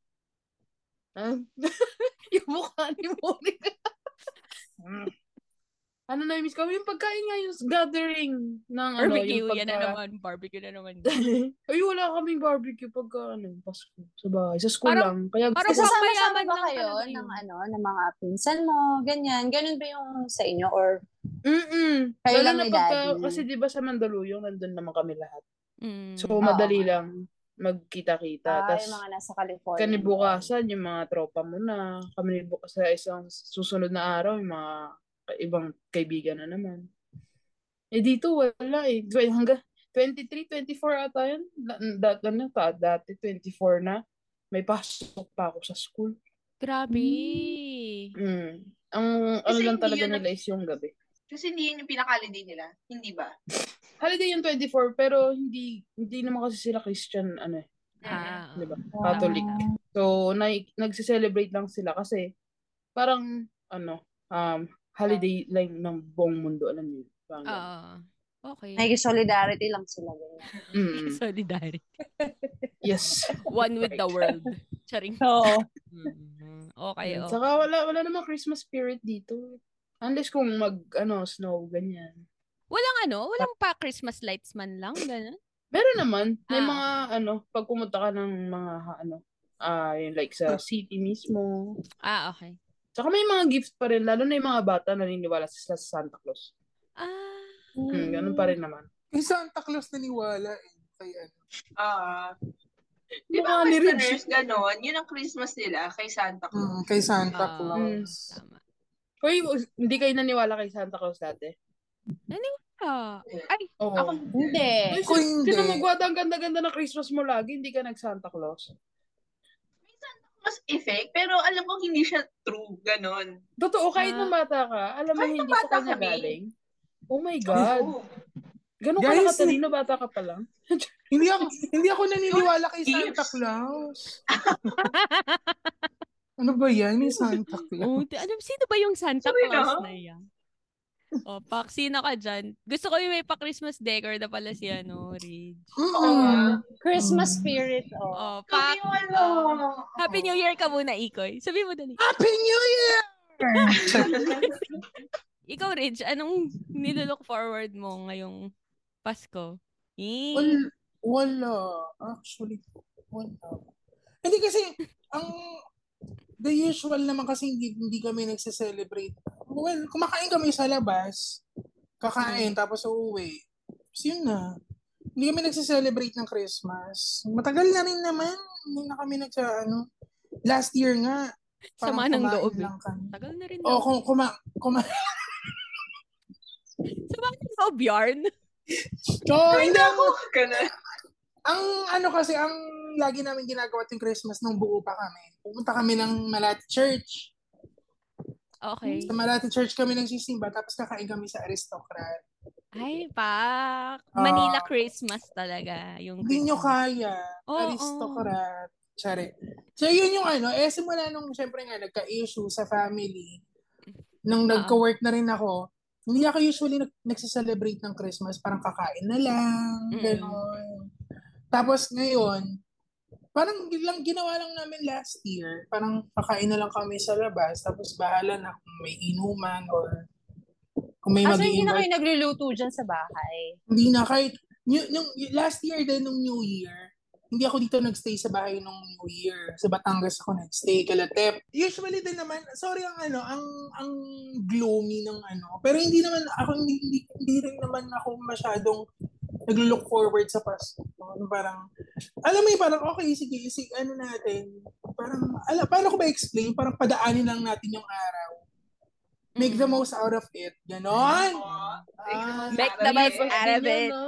Ah. yung mukha ni Monica. ano na miss ko? Yung pagkain nga, yung gathering ng ano,
Barbecue,
yung
yan na
pagka-
naman. Barbecue na naman.
Ay, wala kaming barbecue pagka ano, Pasko sa bahay. Sa school
Parang-
lang. Kaya
parang
gusto ko.
pang-
Kasama-sama
mayaman
ba
lang
kayo
talaga yun.
ng, ano, ng mga pinsan mo? Ganyan. Ganun ba yung sa inyo? Or
Mm-mm.
Kayo
Lalo
lang
na
ni
pagka,
Daddy.
eh, kasi di ba sa Mandaluyong, nandun naman kami lahat.
Mm.
So, madali
nga.
lang magkita-kita.
ah,
Tapos,
yung mga nasa California?
kanibukasan, yung mga tropa mo na, kami bu- sa isang susunod na araw, yung mga ka- ibang kaibigan na naman. Eh dito, wala eh. Dwe- Hanggang 23, 24 ata yun. Dati, ano, pa, dati 24 na. May pasok pa ako sa school.
Grabe.
Mm. Ang ano
Kasi
lang
hindi
talaga
yun
nila is yung gabi.
Kasi hindi yun yung pinaka-holiday nila. Hindi ba?
Holiday yung 24 pero hindi hindi naman kasi sila Christian ano eh,
Ah,
'di ba?
Wow.
Catholic. So na nagse-celebrate lang sila kasi parang ano um holiday lang ng buong mundo alam niyo. Parang
Oo.
ganun.
okay.
Nag-solidarity lang sila. Ganyan.
Mm.
Solidarity.
Yes.
One with the world. Charing.
Oo.
Mm. Okay,
Mm.
okay.
Saka wala wala namang Christmas spirit dito. Unless kung mag ano snow ganyan.
Walang ano? Walang pa Christmas lights man lang? Ganun?
Meron naman
Ah,
may mga ano pag pumunta ka ng mga ano ah yung like sa city mismo.
Ah, okay.
Saka may mga gift pa rin lalo na yung mga bata naniniwala sila sa Santa Claus.
Ah.
Hmm, ganun pa rin naman.
Yung Santa Claus naniwala eh. Kay ano.
Ah. Di
Mukha
ba ang
ni Rich.
Westerners, ganon? Yun ang Christmas nila kay Santa Claus.
Mm, kay Santa
Ah,
Claus.
Tama.
Hmm. Uy, hindi kayo naniwala kay Santa Claus dati?
Ah, ay,
Oo.
Ako,
Hindi.
Uy,
Ako
sin-
hindi.
sinumugwada ang ganda-ganda ng Christmas mo lagi, hindi ka nag-Santa Claus.
mas effect, pero alam ko hindi siya true, ganon.
Totoo, kahit
Ah.
nung bata ka, alam mo
Kahit
hindi
nung
sa
bata
kanya
kami.
galing. Oh my God.
Oo.
Ganun ka
Guys,
nakatalino, bata ka pa lang.
Hindi ako, hindi ako naniniwala kay
Gifts.
Santa Claus. Ano ba yan? Yung Santa Claus.
oh, ano, sino ba yung Santa
Sorry
Claus
lang.
na yan? O, pak, sino ka dyan? Gusto ko yung may pa-Christmas decor na pala si, ano, Ridge.
Oo nga.
Hmm.
Mm-mm.
Christmas spirit.
O,
Oh.
Kami
pak,
wala.
Happy New Year ka muna, Ikoy. Sabi mo dali.
Happy New Year!
Ikaw, Ridge, anong nilolook forward mo ngayong Pasko? Eh,
Wal- wala. Actually, wala. Hindi kasi, ang the usual naman kasi hindi, hindi kami nagse-celebrate. Well, kumakain kami sa labas. Kakain, tapos uuwi. Tapos yun na. Hindi kami nagse-celebrate ng Christmas. Matagal na rin naman. Hindi na kami nagsa, ano, last year nga.
Sama ng
kumain
loob. eh.
lang kami.
Tagal na rin. Oh.
O, kung kuma, kuma,
Sama ng loob, yarn.
Oo,
Ay,
hindi
naku! Ganun.
Ang ano kasi, ang lagi namin ginagawa yung Christmas nung buo pa kami. Pumunta kami ng Malati Church.
Okay.
Sa Malati Church kami nagsisimba, tapos kakain kami sa aristocrat.
Ay, pak.
Ah.
Manila Christmas talaga. Yung
Hindi nyo
Christmas.
kaya.
Oo.
aristocrat. Tsare. So, yun yung ano. Eh, simula nung, syempre nga, nagka-issue sa family. Nung
Oo.
nagka-work na rin ako, hindi ako usually nag nagsiselebrate ng Christmas. Parang kakain na lang.
Mm-mm.
Ganon. Tapos ngayon, parang lang, ginawa lang namin last year. Parang kakain na lang kami sa labas. Tapos bahala na kung may inuman or kung may
Ah, so hindi
mag-invite
na kayo nagluluto dyan sa bahay.
hindi na kahit new, nung last year din nung New Year, hindi ako dito nagstay sa bahay nung New Year. Sa Batangas ako nagstay, Kalatep. Usually din naman, sorry ang ano, ang ang gloomy ng ano. Pero hindi naman ako hindi, hindi, hindi rin naman ako masyadong naglo-look forward sa Pasko. Ano, Parang, alam mo yun, parang okay, sige, sige, ano natin. Parang, ala, paano ko ba explain? Parang padaanin lang natin yung araw. Make the most out of it. Ganon.
Oo.
Ah,
Make the
Sabi
most
eh.
out of it.
no?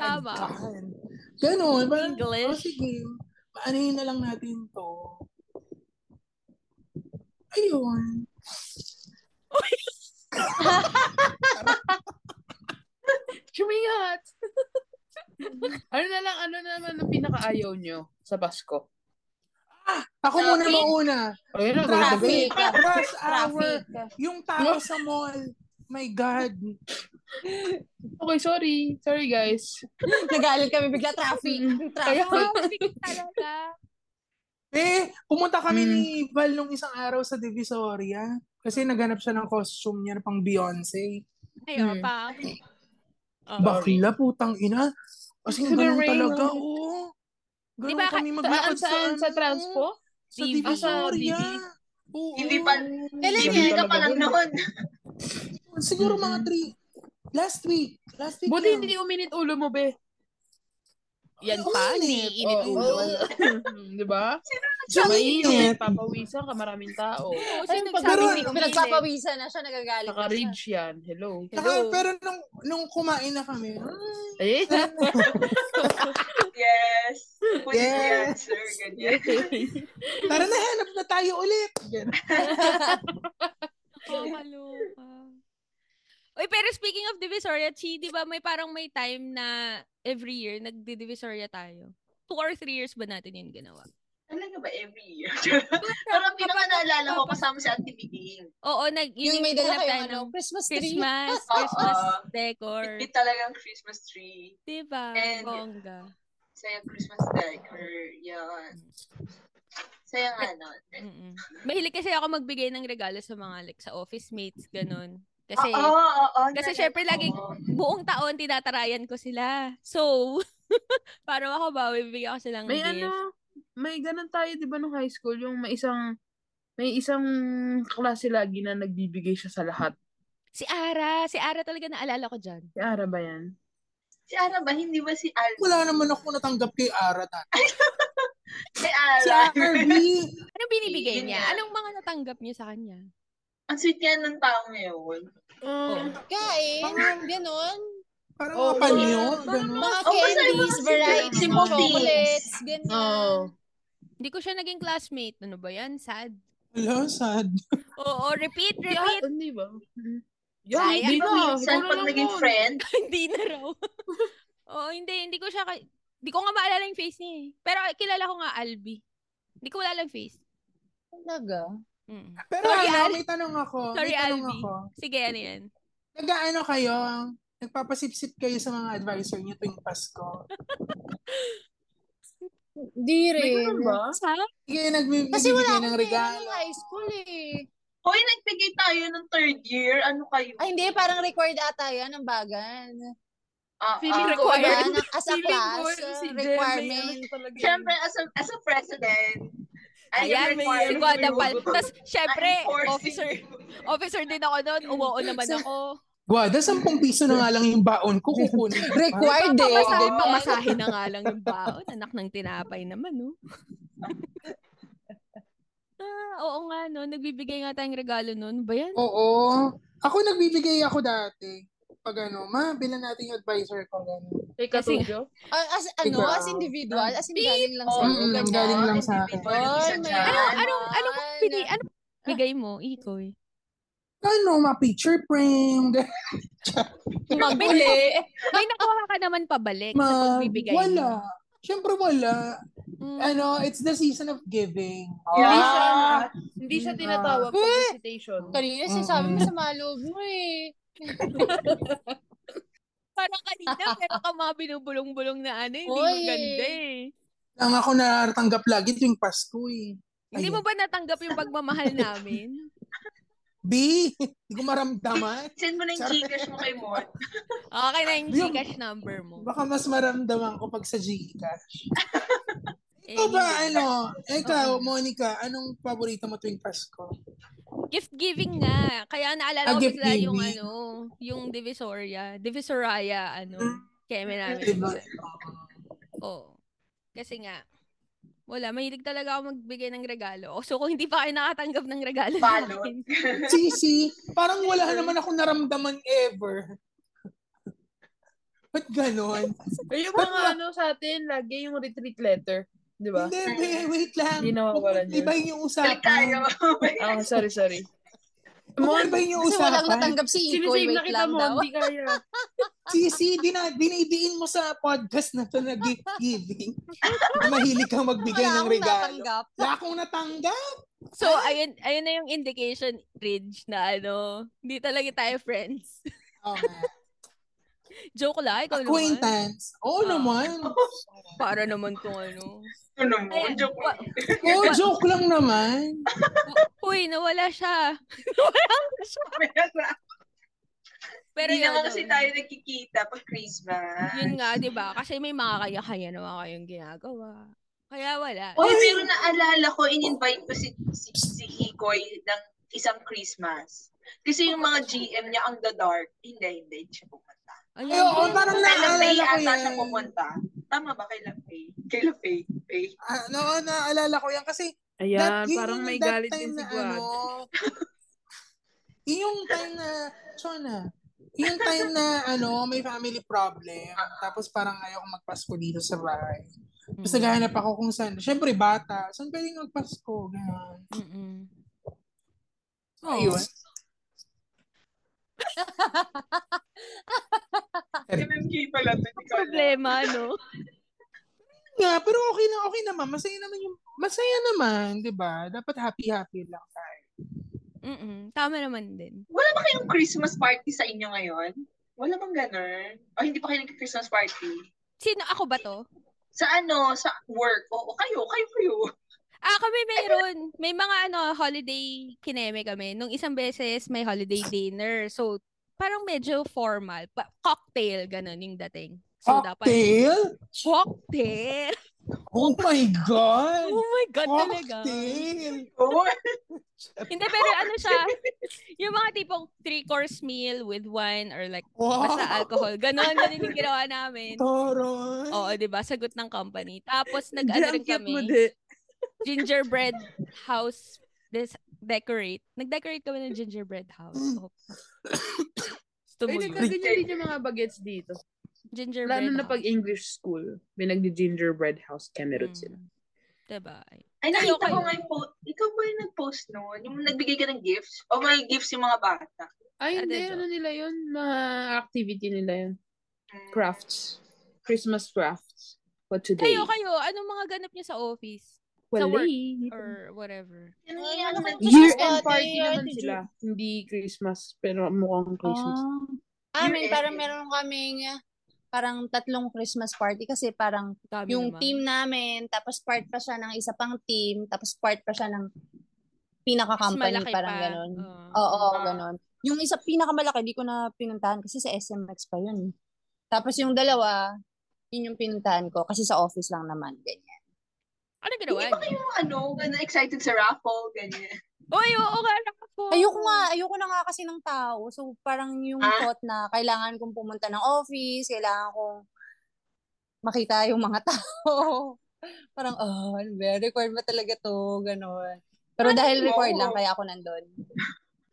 Tama.
Tagkahan. Ganun. Parang,
English.
oh, sige, maanahin na lang natin to. Ayun.
Chumingat! ano na lang, ano naman ang pinakaayaw nyo sa Pasko?
Ako muna
Traffic.
mauna.
Ayun na, gulo ko
Traffic.
Traffic.
Rush hour.
Traffic.
Yung tao sa mall. My God.
Okay, sorry. Sorry, guys.
Nagalit kami bigla. Traffic. Traffic.
Traffic talaga.
Eh, pumunta kami
Mm.
ni Val nung isang araw sa Divisoria. Kasi naghanap siya ng costume niya pang Beyonce.
Ayun,
Hmm.
pak. Oo.
Bakla, putang ina. Kasi
To the
ganun
rain,
talaga,
oh.
oo. Ganun
Di ba,
kami
Saan,
maglakad
saan? Sa
ano,
transpo?
Sa
TV.
Divisoria.
Ah,
Oo.
Hindi pa.
Kailan
Bibili
yan?
ka pa lang noon.
Siguro mga
Mm-mm.
three. Last week. Last week
Buti
lang.
hindi uminit ulo mo, be.
Oh, Yan
Ang
pa,
init.
iniinit
Oo.
ulo.
Di ba?
Siya
Mainit.
mainit.
Papawisan ka, maraming tao.
Oo, siya
Ayun, pag
nagsabi
pero-
na umiinit.
Pinagpapawisan na siya. Nagagalit na siya.
naka-ridge yan. Hello.
Saka,
Hello.
pero nung, nung kumain na kami, ay,
Eh,
alam na.
Yes. Put yes. the
Yes.
answer. Ganyan.
tara na, hanap na tayo ulit. Ganun.
Nakakaloka. Uy, pero speaking of Divisoria, Chi, di ba may parang may time na every year nagdi-Divisoria tayo? Two or three years ba natin yun ginawa?
Talaga ba every year? Pero ang pinaka naalala ko kasama si Ate Biging.
Oo, nag, yun yung
Yung may dala
naghanap
kayo,
tayo
ano,
ng
Christmas tree.
Christmas, Christmas
Oo.
decor.
Bitbit talagang Christmas tree.
Di ba?
And-
Bongga.
Sayang Christmas decor. Yan. Sayang nga nun.
Mm-mm. Mahilig kasi ako magbigay ng regalo sa mga like sa office mates, ganun. Kasi
Oo, oo, oo.
kasi
naalala
syempre
ko.
laging- buong taon tinatarayan ko sila. So, para makabawi, bibigyan ko silang
may
gift.
ano, may ganun tayo, di ba, nung high school, yung may isang, may isang klase lagi na nagbibigay siya sa lahat.
Si Ara, si Ara talaga naalala ko dyan.
Si Ara ba yan?
Si Ara ba? Hindi ba si Al?
Wala naman ako natanggap kay Ara. tat.
Si Ara.
Si RB.
Anong binibigay
Yun
niya?
nga.
Anong mga natanggap niyo sa kanya?
Ang sweet nga ng tao ngayon.
Oh.
Oo.
Kain. Ganon.
Parang
Oh,
mga panyo.
yeah. Parang
ganun.
Mga
Oh, basta yung
candies,
mga simple-
variety ng
simple things.
chocolates.
Oo.
Ganyan.
Hindi ko siya naging classmate. Ano ba yan? Sad.
Hello, sad.
Oo, repeat,
Yeah,
repeat.
hindi ba? Mhm.
Ay,
Yeah, hindi
ano,
na. Ikaw
Minsan
na
pag
lang
naging
nun.
friend,
hindi na raw. Oo, hindi. Hindi ko siya, ka- hindi ko nga maalala yung face niya eh. Pero kilala ko nga Albi. Hindi ko wala yung face.
Talaga.
Mm.
Pero
Sorry,
ano,
Al-
may tanong ako.
Sorry,
may tanong
Albi.
ako.
Sige, ano yan?
Nag-ano kayo? Nagpapasipsip kayo sa mga advisor niyo tuwing Pasko.
Hindi
May
rin.
ganun ba?
Sa?
Sige, nagbi-
Kasi
nagbibigay ng
wala akong pera
regalo.
nung high school eh.
hoy, nagbigay tayo ng third year. Ano kayo?
Ay, hindi. Parang required ata yan ng bagan.
Ah,
Feeling
ah.
ko,
Diba?
Required.
Ng- As a
feeling ko,
class,
si
uh,
Jem, may ano
requirement.
siya talaga. eh.
Siyempre, as a, as a president, I
Ayan,
am required
si
to
Guadapal.
do.
Tapos,
I
syempre,
am forcing
officer,
you.
officer din ako noon. Umuo naman
So-
ako.
Gwada, 10 piso na nga lang yung baon ko kukunin. ko pa.
Required eh.
Papapasa-
ganyan.
Pamasahin na nga lang yung baon. Anak ng tinapay naman, no? ah, oo nga, no? Nagbibigay nga tayong regalo noon. Ba yan?
Oo. Ako nagbibigay ako dati. Pag ano, ma, bilan natin yung advisor ko. Ganun.
Kay
Kasi-
Katugyo?
Ah, As, ano,
Ikaw.
as individual, as in
Beep!
galing lang
Oo,
Diba?
sa'yo.
Mm,
ganyan.
galing lang sa akin.
Individual yung isa
Ay, may-
dyan.
Ano,
Ano,
anong, anong
ano?
pili, ano bigay mo, Ikoy?
Ano, ma, picture frame. ganun.
Mabili.
May nakuha ka naman pabalik sa
Ma,
pagbibigay
wala.
mo.
Siyempre wala.
Mm.
Ano, it's the season of giving.
Hindi
Yeah.
siya,
Ah.
hindi siya tinatawag
Eh!
pag visitation.
Kanina,
Mm-mm.
sinasabi mo sa malob mo eh.
Parang kanina, meron ka mga binubulong-bulong na ano, hindi
Oy.
maganda eh.
Ang ako natatanggap lagi tuwing Pasko eh.
Hindi mo ba natanggap yung pagmamahal namin?
B, hindi ko maramdaman.
Send mo na yung Gcash mo kay Mon.
Okay na yung
Yung-
Gcash number mo.
Baka mas maramdaman ko pag sa Gcash.
Eh,
Ikaw ba,
hindi.
ano, ikaw,
Oo.
Monica, anong paborito mo tuwing Pasko?
Gift giving nga. Kaya naalala
Ah,
ko
gift
bigla yung
giving.
ano, yung Divisoria. Divisoria, ano. Keme namin.
Diba?
minsan. Oo. Kasi nga, wala, mahilig talaga ako magbigay ng regalo. O, So, kung hindi pa kayo nakatanggap ng regalo
Balot.
namin,
Sisi, parang wala naman akong naramdaman ever. Ba't ganon?
Eh, yung mga ano sa atin, lagi yung retreat letter. Di
Diba?
ba?
Hindi, be, wait lang.
Hindi nawawalan yun.
Iba yung
Balik tayo.
usapan.
Ah, sorry, sorry.
Mon, iba yung
Kasi walang
usapan.
natanggap si Ikoy.
Sinisave na
Wait
kita
lang
mo,
daw.
hindi kaya.
Sisi, dina, dinidiin mo sa podcast na to na gift giving. Mahilig kang magbigay
Wala
ng
akong
regalo.
natanggap.
Wala akong natanggap.
so, ayun, ayun na yung indication, Ridge, na ano, hindi talaga tayo friends.
Oh, man.
Joke lang, ikaw naman.
Acquaintance. Oo
Ah.
Oh.
naman.
Para naman tong ano.
Ano mo?
Ayan.
Joke mo.
Wa-
Oo, joke lang naman.
Uy, nawala siya. nawala siya. Pero
Hindi
yun,
naman kasi
oo.
tayo nagkikita pag Christmas.
Yun nga, di ba? Kasi may mga kaya-kaya naman kayong ginagawa. Kaya wala.
Oy,
Oy!
pero naalala ko, in-invite ko si, si, si Hikoy ng isang Christmas. Kasi yung mga GM niya ang the dark. Hindi, hindi. Hindi siya pumunta.
Ayun,
Ay, oo,
yun.
parang
Kay Lafay
naalala ko
ata siya
yan.
pumunta. Tama ba kay Lafay? Kay Lafay. Faye.
Ah, oo, naalala ko yan kasi
Ayan,
yun
parang
yung
may
that
galit din
time
si
na
Juan.
ano, yun yung time na, Chona, yun yung time na ano, may family problem. Tapos parang ayaw kong magpasko dito sa bahay.
Hmm.
Tapos naghahanap ako kung saan. Siyempre, bata. Saan pwedeng magpasko? Ganun.
Mm-mm.
So, ayun.
MMK pala to. Hindi ko alam.
Problema, no?
Nga, pero okay na, okay naman. Masaya naman yung, masaya naman, di ba? Dapat happy-happy lang tayo.
Mm-mm. Tama naman din.
Wala ba kayong Christmas party sa inyo ngayon? Wala bang ganun? O hindi pa kayo nagka-Christmas party?
Sino? Ako ba to?
Sa ano? Sa work? Oo, kayo, kayo, kayo.
Ah, kami mayroon. May mga ano, holiday kineme kami. Nung isang beses, may holiday dinner. So, parang medyo formal. Pa- cocktail, ganun yung dating. So, dapat
Cocktail?
cocktail.
Oh my God!
Oh my God, talaga.
Cocktail!
Oo.
Hindi, pero ano siya, yung mga tipong three-course meal with wine or like
Wow!
basta alcohol. Ganon, ganun yung ginawa namin.
Toroy!
Oo, di ba? Sagot ng company. Tapos nag-ano
Ang
rin
cute mo,
kami,
de.
gingerbread house des- decorate. Nag-decorate kami ng gingerbread house. Oh.
Ay,
Tumulo.
nagkaganyan din yung mga bagets dito. Lalo
Gingerbread
na pag
house.
English school, may nag-gingerbread house, Cameron sila.
Mm. Diba?
Ay,
Kayo,
nakita ko
kayo.
nga yung po- Ikaw ba yung nag-post noon? Yung nagbigay ka ng gifts? O may gifts yung mga bata?
Ay, hindi.
Ate Jo.
Ano nila yun? Mga activity nila yun.
Hmm.
Crafts. Christmas crafts. For today.
Kayo, kayo. Anong mga ganap niyo sa office?
Wala
Sa work
eh.
or whatever?
Ano
Ay,
yan?
ano
Nag-
Christmas
Year-end
party,
party
Ate
naman
Ju.
sila. Hindi Christmas, pero mukhang Christmas.
Ah. Amin,
Year-end
parang
eh.
meron kaming ah, parang tatlong Christmas party kasi parang
Dami
yung
naman.
team namin, tapos part pa siya ng isa pang team, tapos part pa siya ng pinaka-company,
malaki
parang
pa.
ganun. Oh.
Oo.
Oo,
Ah.
ganun. Yung isa pinakamalaki, di ko na pinuntahan kasi sa SMX pa yun. eh. Tapos yung dalawa, yun yung pinuntahan ko kasi sa office lang naman, ganyan.
Ano
Hindi
ginawa
ba
niyo?
kayo ano, ganun, excited sa raffle? Ganyan.
Uy, oo nga, nakapo.
Ayoko nga, ayoko na nga kasi ng tao. So, parang yung
Ah.
thought na kailangan kong pumunta ng office, kailangan kong makita yung mga tao. parang, oh, ano ba, record ba talaga to? Ganon. Pero
Ano
dahil
mo?
record lang, kaya ako nandun.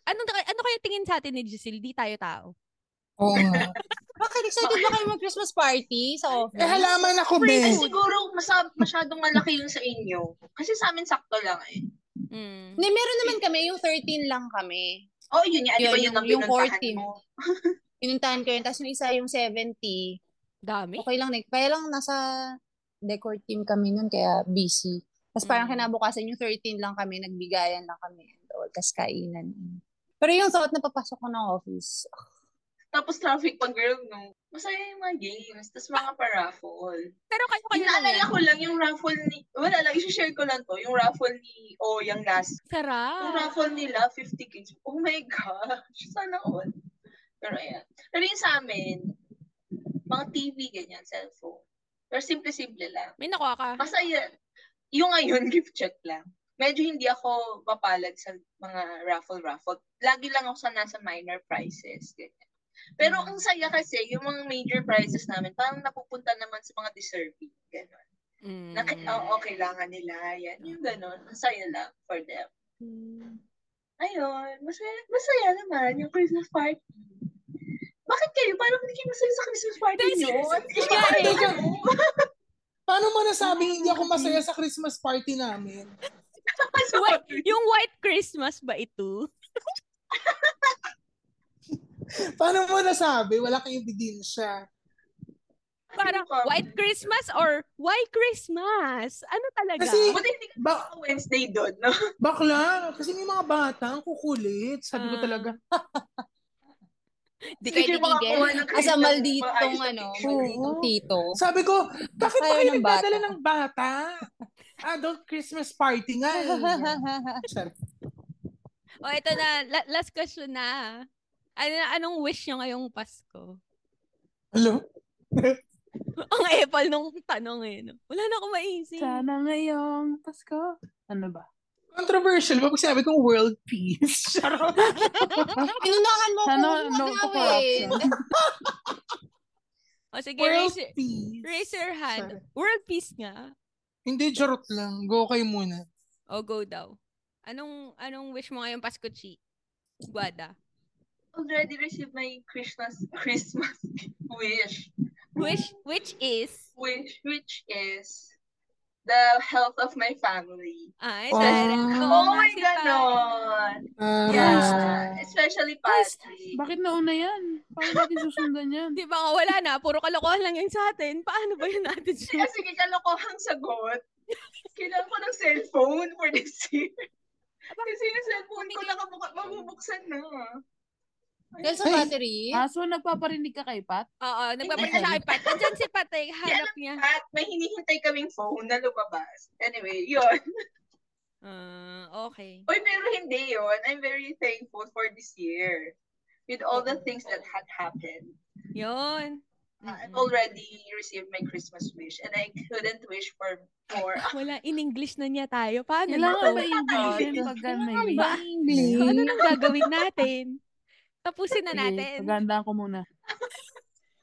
Ano, ano kaya tingin sa atin ni Giselle? Di tayo tao.
Oo nga.
Bakit excited ba kayo mag-Christmas party sa office?
eh, halaman ako,
Eh,
Ben.
siguro masa- masyadong malaki yung sa inyo. Kasi sa amin sakto lang eh.
Mm.
Hindi, meron naman kami, yung 13 lang kami.
Oh, yun yan. Di ba
Yun,
yun ang
yung- yung
pinuntahan
14.
mo?
Pinuntahan ko yun, tapos yung isa yung 70.
Dami.
Okay lang, Nick. Kaya lang nasa decor team kami nun, kaya busy. Tapos parang
Mm.
kinabukasan yung 13 lang kami, nagbigayan lang kami. And all, tas kainan. Pero yung thought na papasok ko ng office,
Tapos traffic pa girl, no? Masaya yung mga games. Tapos mga pa-raffle.
Pero kayo
Ano
kayo lang
Inaalala
yan.
ko lang yung raffle ni... Wala lang, isi-share ko lang to. Yung raffle ni Oyang last. Yung
Sarap.
raffle nila, 50 kids. Oh my gosh. Sana all. Pero ayan. Pero yung sa amin, mga TV, ganyan, cellphone. Pero simple-simple lang.
May nakuha ka.
Ah,
Masaya. Yung ngayon, gift check lang. Medyo hindi ako mapalad sa mga raffle-raffle. Lagi lang ako sa nasa minor prizes. Ganyan. Pero
Mm.
ang saya kasi, yung mga major prizes namin, parang napupunta naman sa mga deserving. Ganon.
Mm.
Na, oo, kailangan nila. Yan, yung ganon. Ang saya lang for them. Ayun, masaya, masaya naman yung Christmas party. Bakit kayo? Parang hindi kayo masaya sa Christmas party
Guys,
nyo.
yes,
At ikaw
yes.
pareho.
Paano mo nasabing hindi ako masaya sa Christmas party namin?
Wait, yung White Christmas ba ito?
Paano mo nasabi? Wala kang ebidensya.
Parang
Ano ka?
White Christmas or Why Christmas? Ano talaga?
Kasi-
Buti hindi ka
Ba
pa Wednesday doon, no?
bakla, kasi may mga bata ang kukulit. Sabi ko
Ah.
talaga,
Di kayo
Hindi
titigil.
makakuha ng
as a
Christmas,
malditong,
maayos na
ano,
picture.
malditong
Oo.
tito.
sabi ko, bakit ba
Ayaw
kayo
ng
nagdadala
bata.
ng bata? Adult Christmas party nga eh. Sabi-
O, ito na. La- last question na. Ano, anong wish nyo ngayong Pasko?
Hello?
Ang epal nung tanong eh. No? Wala na akong maisip.
Sana ngayong Pasko. Ano ba?
Controversial ba? Pag sinabi kong world peace. Charot.
Inunahan mo
Sana
ko,
no to
magawin.
corruption.
O sige,
world
raise, your-
peace.
raise your hand.
Sorry.
World peace nga.
Hindi, charot lang. Go kayo muna.
O, go daw. Anong anong wish mo ngayong Pasko, Chi? Guada.
Already received my Christmas Christmas wish.
Wish, which is?
Wish, which is the health of my family.
Ay,
Oh.
sarap. Oo
Oh,
nga,
my
si Pat.
ganon!
Ah,
Yeah. Especially Patrick.
Bakit nauna yan? Paano natin susundan yan?
Di ba nga wala na? Puro kalokohan lang yan sa atin. Paano ba yun natin?
Sige, sige, kalokohang sagot. Kailangan ko ng cellphone for this year.
Aba.
Kasi yung cellphone ko nakabuka, mabubuksan na.
Dahil sa
Ay.
battery,
Ah, so nagpaparinig ka kay Pat?
Oo, nagpaparin sa kay Pat. Andyan si Pat eh. Hanap niya.
At may hinihintay kaming phone na lumabas. Anyway, yun.
Ah, okay.
Uy, pero hindi yun. I'm very thankful for this year. With all the things that had happened.
Yun.
Ah,
Uh, I've
Mm-mm.
already received my Christmas wish and I couldn't wish for more.
Wala, in English na niya tayo. Paano na
Kailangan
to?
ba English yun pag may
kailangan ba
wish?
English?
Ano nang gagawin natin? Tapusin na
Sige,
natin.
pagandaan ko muna.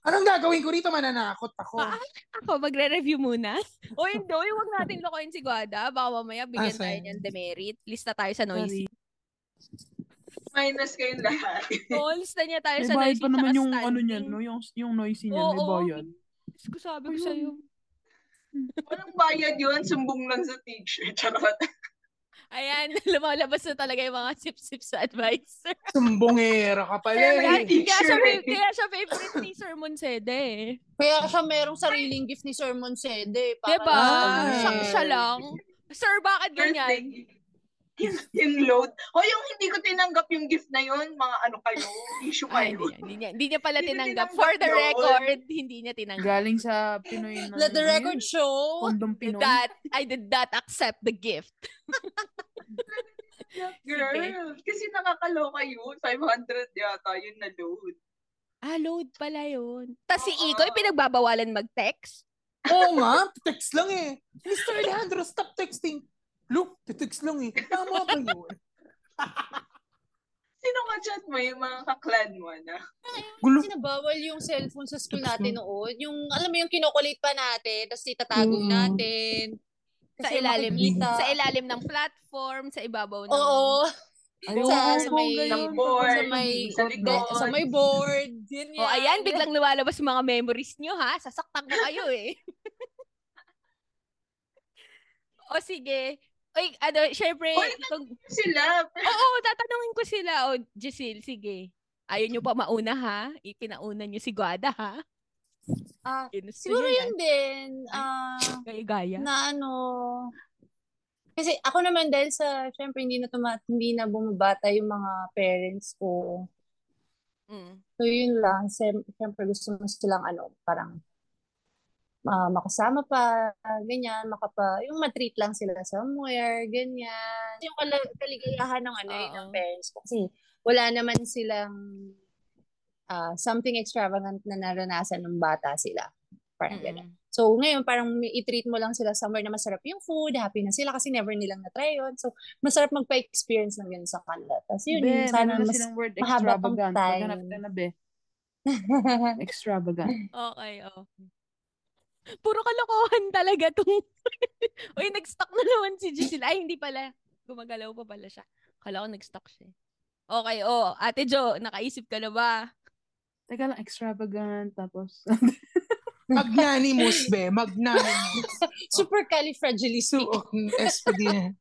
anong gagawin ko rito? Mananakot ako.
Ah, Ako, magre-review muna. O hindi, huwag natin lokohin si Guada. Baka mamaya bigyan
Ah,
tayo
sorry.
niyan demerit. Lista tayo sa noisy.
Sorry.
Minus kayong lahat.
Oo, lista niya tayo
May
sa
bayad
noisy.
pa naman
tsaka
yung ano niyan,
standing.
no? Yung, yung noisy niyan,
Oo.
may bayad.
Diyos ko, sabi ko sa'yo.
Walang bayad yun. Sumbong lang sa teacher. Charot.
Ayan, lumalabas na talaga yung mga sip-sip sa advisor.
Sumbongera ka pala
Kaya,
eh.
Teacher
kaya, siya,
eh.
kaya siya favorite ni Sir Monsede eh.
Kaya siya merong sariling gift ni Sir Monsede. Para
Diba?
Ah,
Siya,
eh.
siya lang. Sir, bakit ganyan?
birthday. Yung, yung load. O yung hindi ko tinanggap yung gift na yun, mga ano kayo, issue
Ah, hindi,
kayo.
niya, hindi, niya, hindi niya pala
Hindi niya
tinanggap.
tinanggap
For the
yun.
record, hindi niya tinanggap.
Galing sa Pinoy na...
Let
ano
the
yun?
record show.
Kondom
Did
Pinoy.
that, I did not accept the gift.
Girl, kasi nakakaloka yun. 500 yata yun na load.
Ah, load pala yun. Tapos si
Oo.
Ikoy, pinagbabawalan mag-text?
Oo nga, text lang eh. Mr. Alejandro, stop texting. Look, text lang eh. Tama ba yun?
mo yung mga kaklan mo na.
Gulo.
Sinabawal yung cellphone sa school natin noon. Yung, alam mo yung kinukulit pa natin, tapos itatago
Mm.
natin.
Sa
Kasi
ilalim,
makikita.
sa ilalim ng platform, sa ibabaw ng...
Oo.
Ayun.
Sa- sa may-
Ganun.
ng board,
Sa may,
sa likod.
sa may board. Yun
O Oh, ayan, biglang lumalabas yung mga memories nyo ha. Sasaktan ko kayo eh. o sige. Uy, ano, syempre,
Uy,
kung-
Sila, pero
oo, tatanungin ko sila. O, Giselle, sige. Ayaw nyo pa mauna ha. Ipinauna nyo si Guada ha.
Ah,
Ginusto
siguro
nyo
yun
yan.
din. Ah,
Kayo gaya.
na ano, kasi ako naman dahil sa, syempre hindi na tumat, hindi na bumabata yung mga parents ko.
Mm.
So yun lang, Sem- syempre gusto mo silang ano, parang ah, makasama pa, ganyan, makapa, yung matreat lang sila somewhere, ganyan. Yung kala- kaligayahan ng ano, yun, ng
Oo.
parents ko. Kasi wala naman silang ah, something extravagant na naranasan ng bata sila. Parang ganyan.
Mm-mm.
So, ngayon, parang may- i-treat mo lang sila somewhere na masarap yung food, happy na sila kasi never nilang na-try yun. So, masarap magpa-experience ng yun sa kanila. Tapos yun,
Be,
sana
meron na
mas...
silang word
mahaba pang
extravagant.
time.
Paghanap ka na, be. Extravagant.
Okay, okay. Puro kalokohan talaga tong... Uy, nag-stock na naman si Giselle. Ay, hindi pala. Gumagalaw pa pala siya. Kala ko nag-stock siya. eh. Okay, oh. Ate Jo, nakaisip ka na ba?
Teka lang, extravagant. Tapos,
Magnanimous, be. Magnanimous.
Super califragilistic.
So, SPD.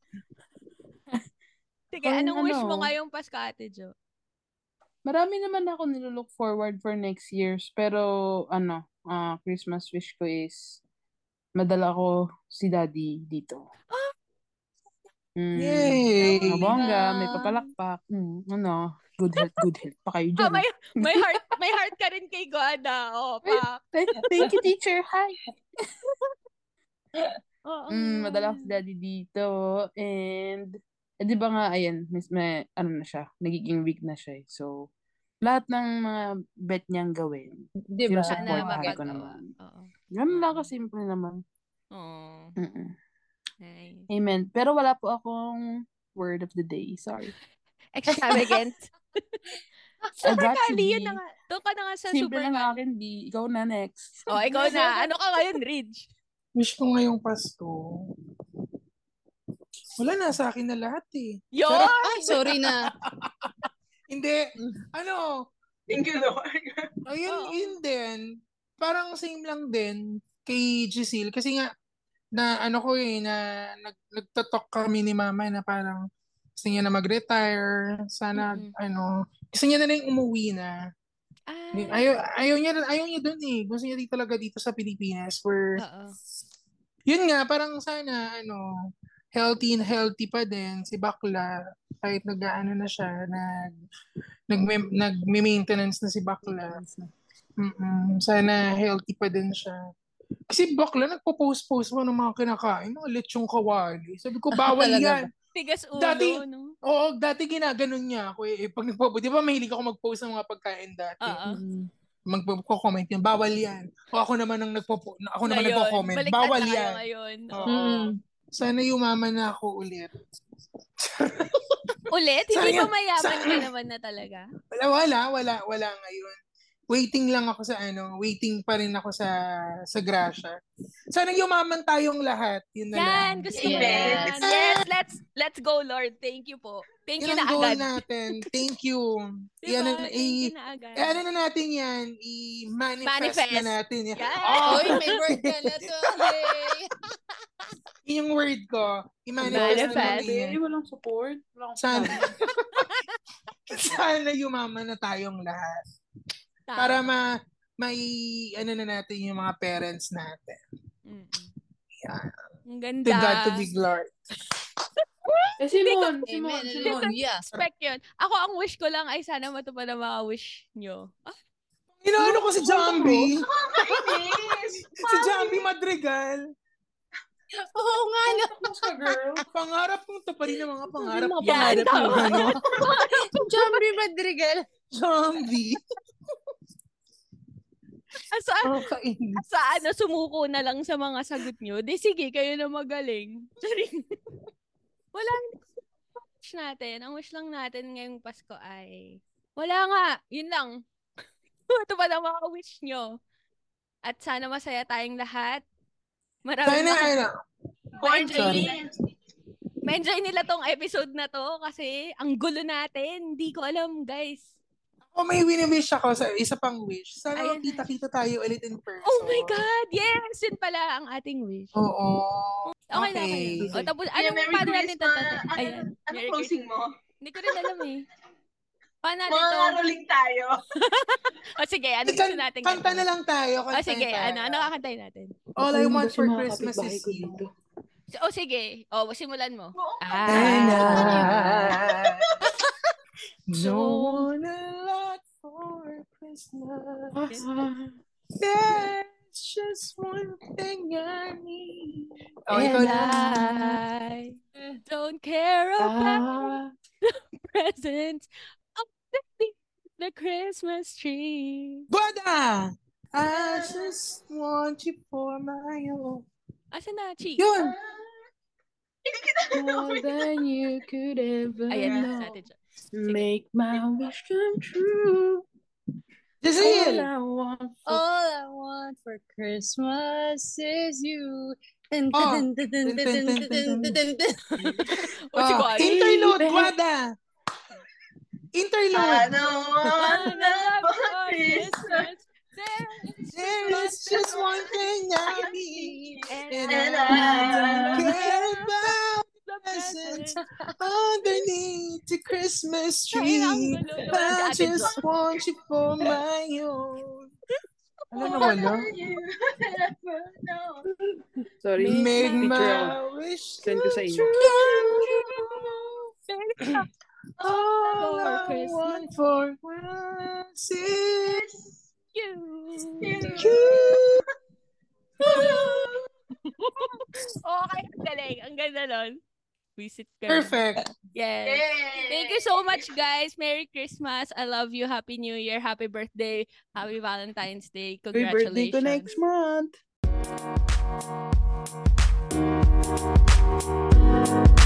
Sige,
Or
anong wish mo
ano?
ngayong Pasko, Ate Jo?
marami naman ako nilook forward for next years. Pero, ano, ah, Christmas wish ko is madala ko si daddy dito.
Ah!
Mm.
Yay!
Mga bongga, may
Ah.
papalakpak. Mm, ano, good health, good health pa kayo dyan.
Ah, may, may heart, may heart ka rin kay God, ah. Oo, pa.
Th- Thank you, teacher. Hi.
Oo.
Mm,
nga.
madala ko si daddy dito. And, eh, di ba nga, ayan, may, may, ano na siya, nagiging weak na siya. eh. So, lahat ng mga bet niyang gawin.
Di ba?
Sinusupport
Sana
Support tayo ko
magagawa.
naman.
Oo.
Ganun lang
Oo.
kasimple naman.
Oo.
Mm-mm.
Nice.
Amen. Pero wala po akong word of the day. Sorry.
Extravagant. super
got you,
kali yun
G.
na nga. Doon ka na nga sa
Simple
super
lang
kali.
akin, di. Ikaw na next.
Oh, ikaw na. Ano ka ngayon, Ridge?
Wish ko ngayong Pasko. Wala na sa akin na lahat eh.
Yo!
Charot.
Ay, sorry na.
Hindi. Ano?
thank you, Lord.
Ayun,
Oo.
yun din. Parang same lang din kay Giselle. Kasi nga, na ano ko eh, na nag, nagtotalk kami ni mama na parang gusto niya na mag-retire. Sana,
Mm-mm.
ano, gusto niya na lang umuwi na.
Ah.
Ayaw, ayaw niya, ayaw niya dun eh. Gusto niya dito talaga dito sa Pilipinas where
Oo.
yun nga, parang sana, ano, healthy and healthy pa din si Bakla. Kahit nag-ano na siya, nag, nag, nag-maintenance na si Bakla. mm Sana healthy pa din siya. Kasi Bakla, nagpo-post-post mo ng mga kinakain, mga lechong kawali. Sabi ko,
Ah,
bawal
Talaga
yan.
Tigas ulo,
Dati-
no?
Oo, dati ginaganon niya ako eh. Pag nagpo di ba mahilig ako mag-post ng mga pagkain dati?
Oo.
Magpo-comment yun, bawal yan. O ako naman ang nagpo ako naman
Ngayon,
nagpo-comment,
baliktad
bawal
na kayo
yan.
ngayon.
Oo.
Mm.
Sana umaman na ako ulit.
Ulit? Hindi
Sayang.
pa mayaman ka
Sayang.
naman na talaga?
Wala, wala, wala, wala ngayon. Waiting lang ako sa ano, waiting pa rin ako sa sa grasya. Sana umaman tayong lahat. Yun na
Yan,
lang.
gusto ko
Amen.
yan. Yes, let's let's go, Lord. Thank you po. Thank
Yan
you na
ang goal
agad.
natin. Thank you.
Diba?
Yan,
Thank you
i,
na agad.
i, ano na natin yan? I-manifest na
Manifest.
natin. Yan.
Yes.
Oh,
Uy, may word ka na to. Yay!
yun yung word ko. I-manifest na
Manifest.
natin yan.
Babe, walang support. Walang
Sana,
support.
sana umaman na tayong lahat. Para ma may ano na natin yung mga parents natin.
Mm-mm.
Yeah.
Ang
To
ganda.
God to be glory.
Eh, Simon, Simon,
Amen.
Simon.
Hallelujah.
Respect yun. Ako, ang wish ko lang ay sana matupad ang mga wish nyo. Ah,
Inaano ko si Jambi.
Nakakainis.
si Jambi Madrigal.
Oo nga, no?
Kamusta, girl?
Pangarap kong taparin ang mga pangarap.
Yan,
pangarap mo,
tama.
ano?
Jambi Madrigal.
Jambi.
asa,
Nakakainis.
asa ano, sumuko na lang sa mga sagot nyo. Di sige, kayo na magaling. Charing. Wala ang wish natin. Ang wish lang natin ngayong Pasko ay Wala nga. Yun lang. Ito pa lang mga wish nyo. At sana masaya tayong lahat. Marami
Sana, ano,
Quarantine.
Ma-enjoy nila tong episode na to kasi ang gulo natin. Hindi ko alam, guys.
oh, may wini-wish ako sa isa pang wish. Sana
Ayan.
magkita-kita tayo ulit in person.
Oh my God! Yes! Yun pala ang ating wish.
Oo.
Okay, na, okay.
Okay.
na. O, tapos, ano,
Yeah, Merry
paano natin
Christmas.
tatat-
Ano,
Ayan.
ano
Merry
closing mo?
Christmas. Hindi ko rin alam eh. Paano natin
Mga
to?
rolling tayo.
O sige, ano
Kan-
gusto natin?
kanta na lang tayo.
O
Kanta
sige,
tayo.
ano, ano kakantay natin?
All I
Ayun
want
daw sa
for
mga
Christmas
kapitbahay
is
ko
you.
dito.
O sige, o simulan mo. Ah.
Oo.
And I
Don't
don't want a lot for Christmas.
Ah,
There's just one thing I need. Oh, ikaw
And
na.
I don't care about
ah,
presents underneath the Christmas tree.
Bada! I just want you for my own.
Asan na, Chi?
Yun!
Hindi kita
More than you could ever
Ayan,
know.
natin siya.
Make my wish come true. All
Jazil!
I want for
All I want for Christmas is you. Dun,
Oh.
dun, dun, dun,
Dun, dun,
dun,
dun,
dun,
dun,
dun, dun.
O si
Ah,
Bonnie.
interlude,
Baby.
Bada!
I
Interlude!
don't
One
want
love
for
for
Christmas.
Christmas. There is
There is just one thing I
I
need.
and
And
And
I don't
I-
care about
the
presents
present.
underneath the Christmas
Kaya ang gulo
tree.
naman si Ate
I
Jo.
just want you for my own. Ano na
More
wala?
than you could ever know.
Sorry,
Make
teacher Al.
my wish
Send ko sa inyo.
come
There is
All
For
I
Christmas.
want for Christmas is
you.
you.
Oh, Okay, ang galing. Ang ganda nun. Visit ka.
Perfect.
Yes.
Yay!
Thank you so much, guys. Merry Christmas. I love you. Happy New Year. Happy birthday. Happy Valentine's Day.
happy birthday
Congratulations.
ko next month.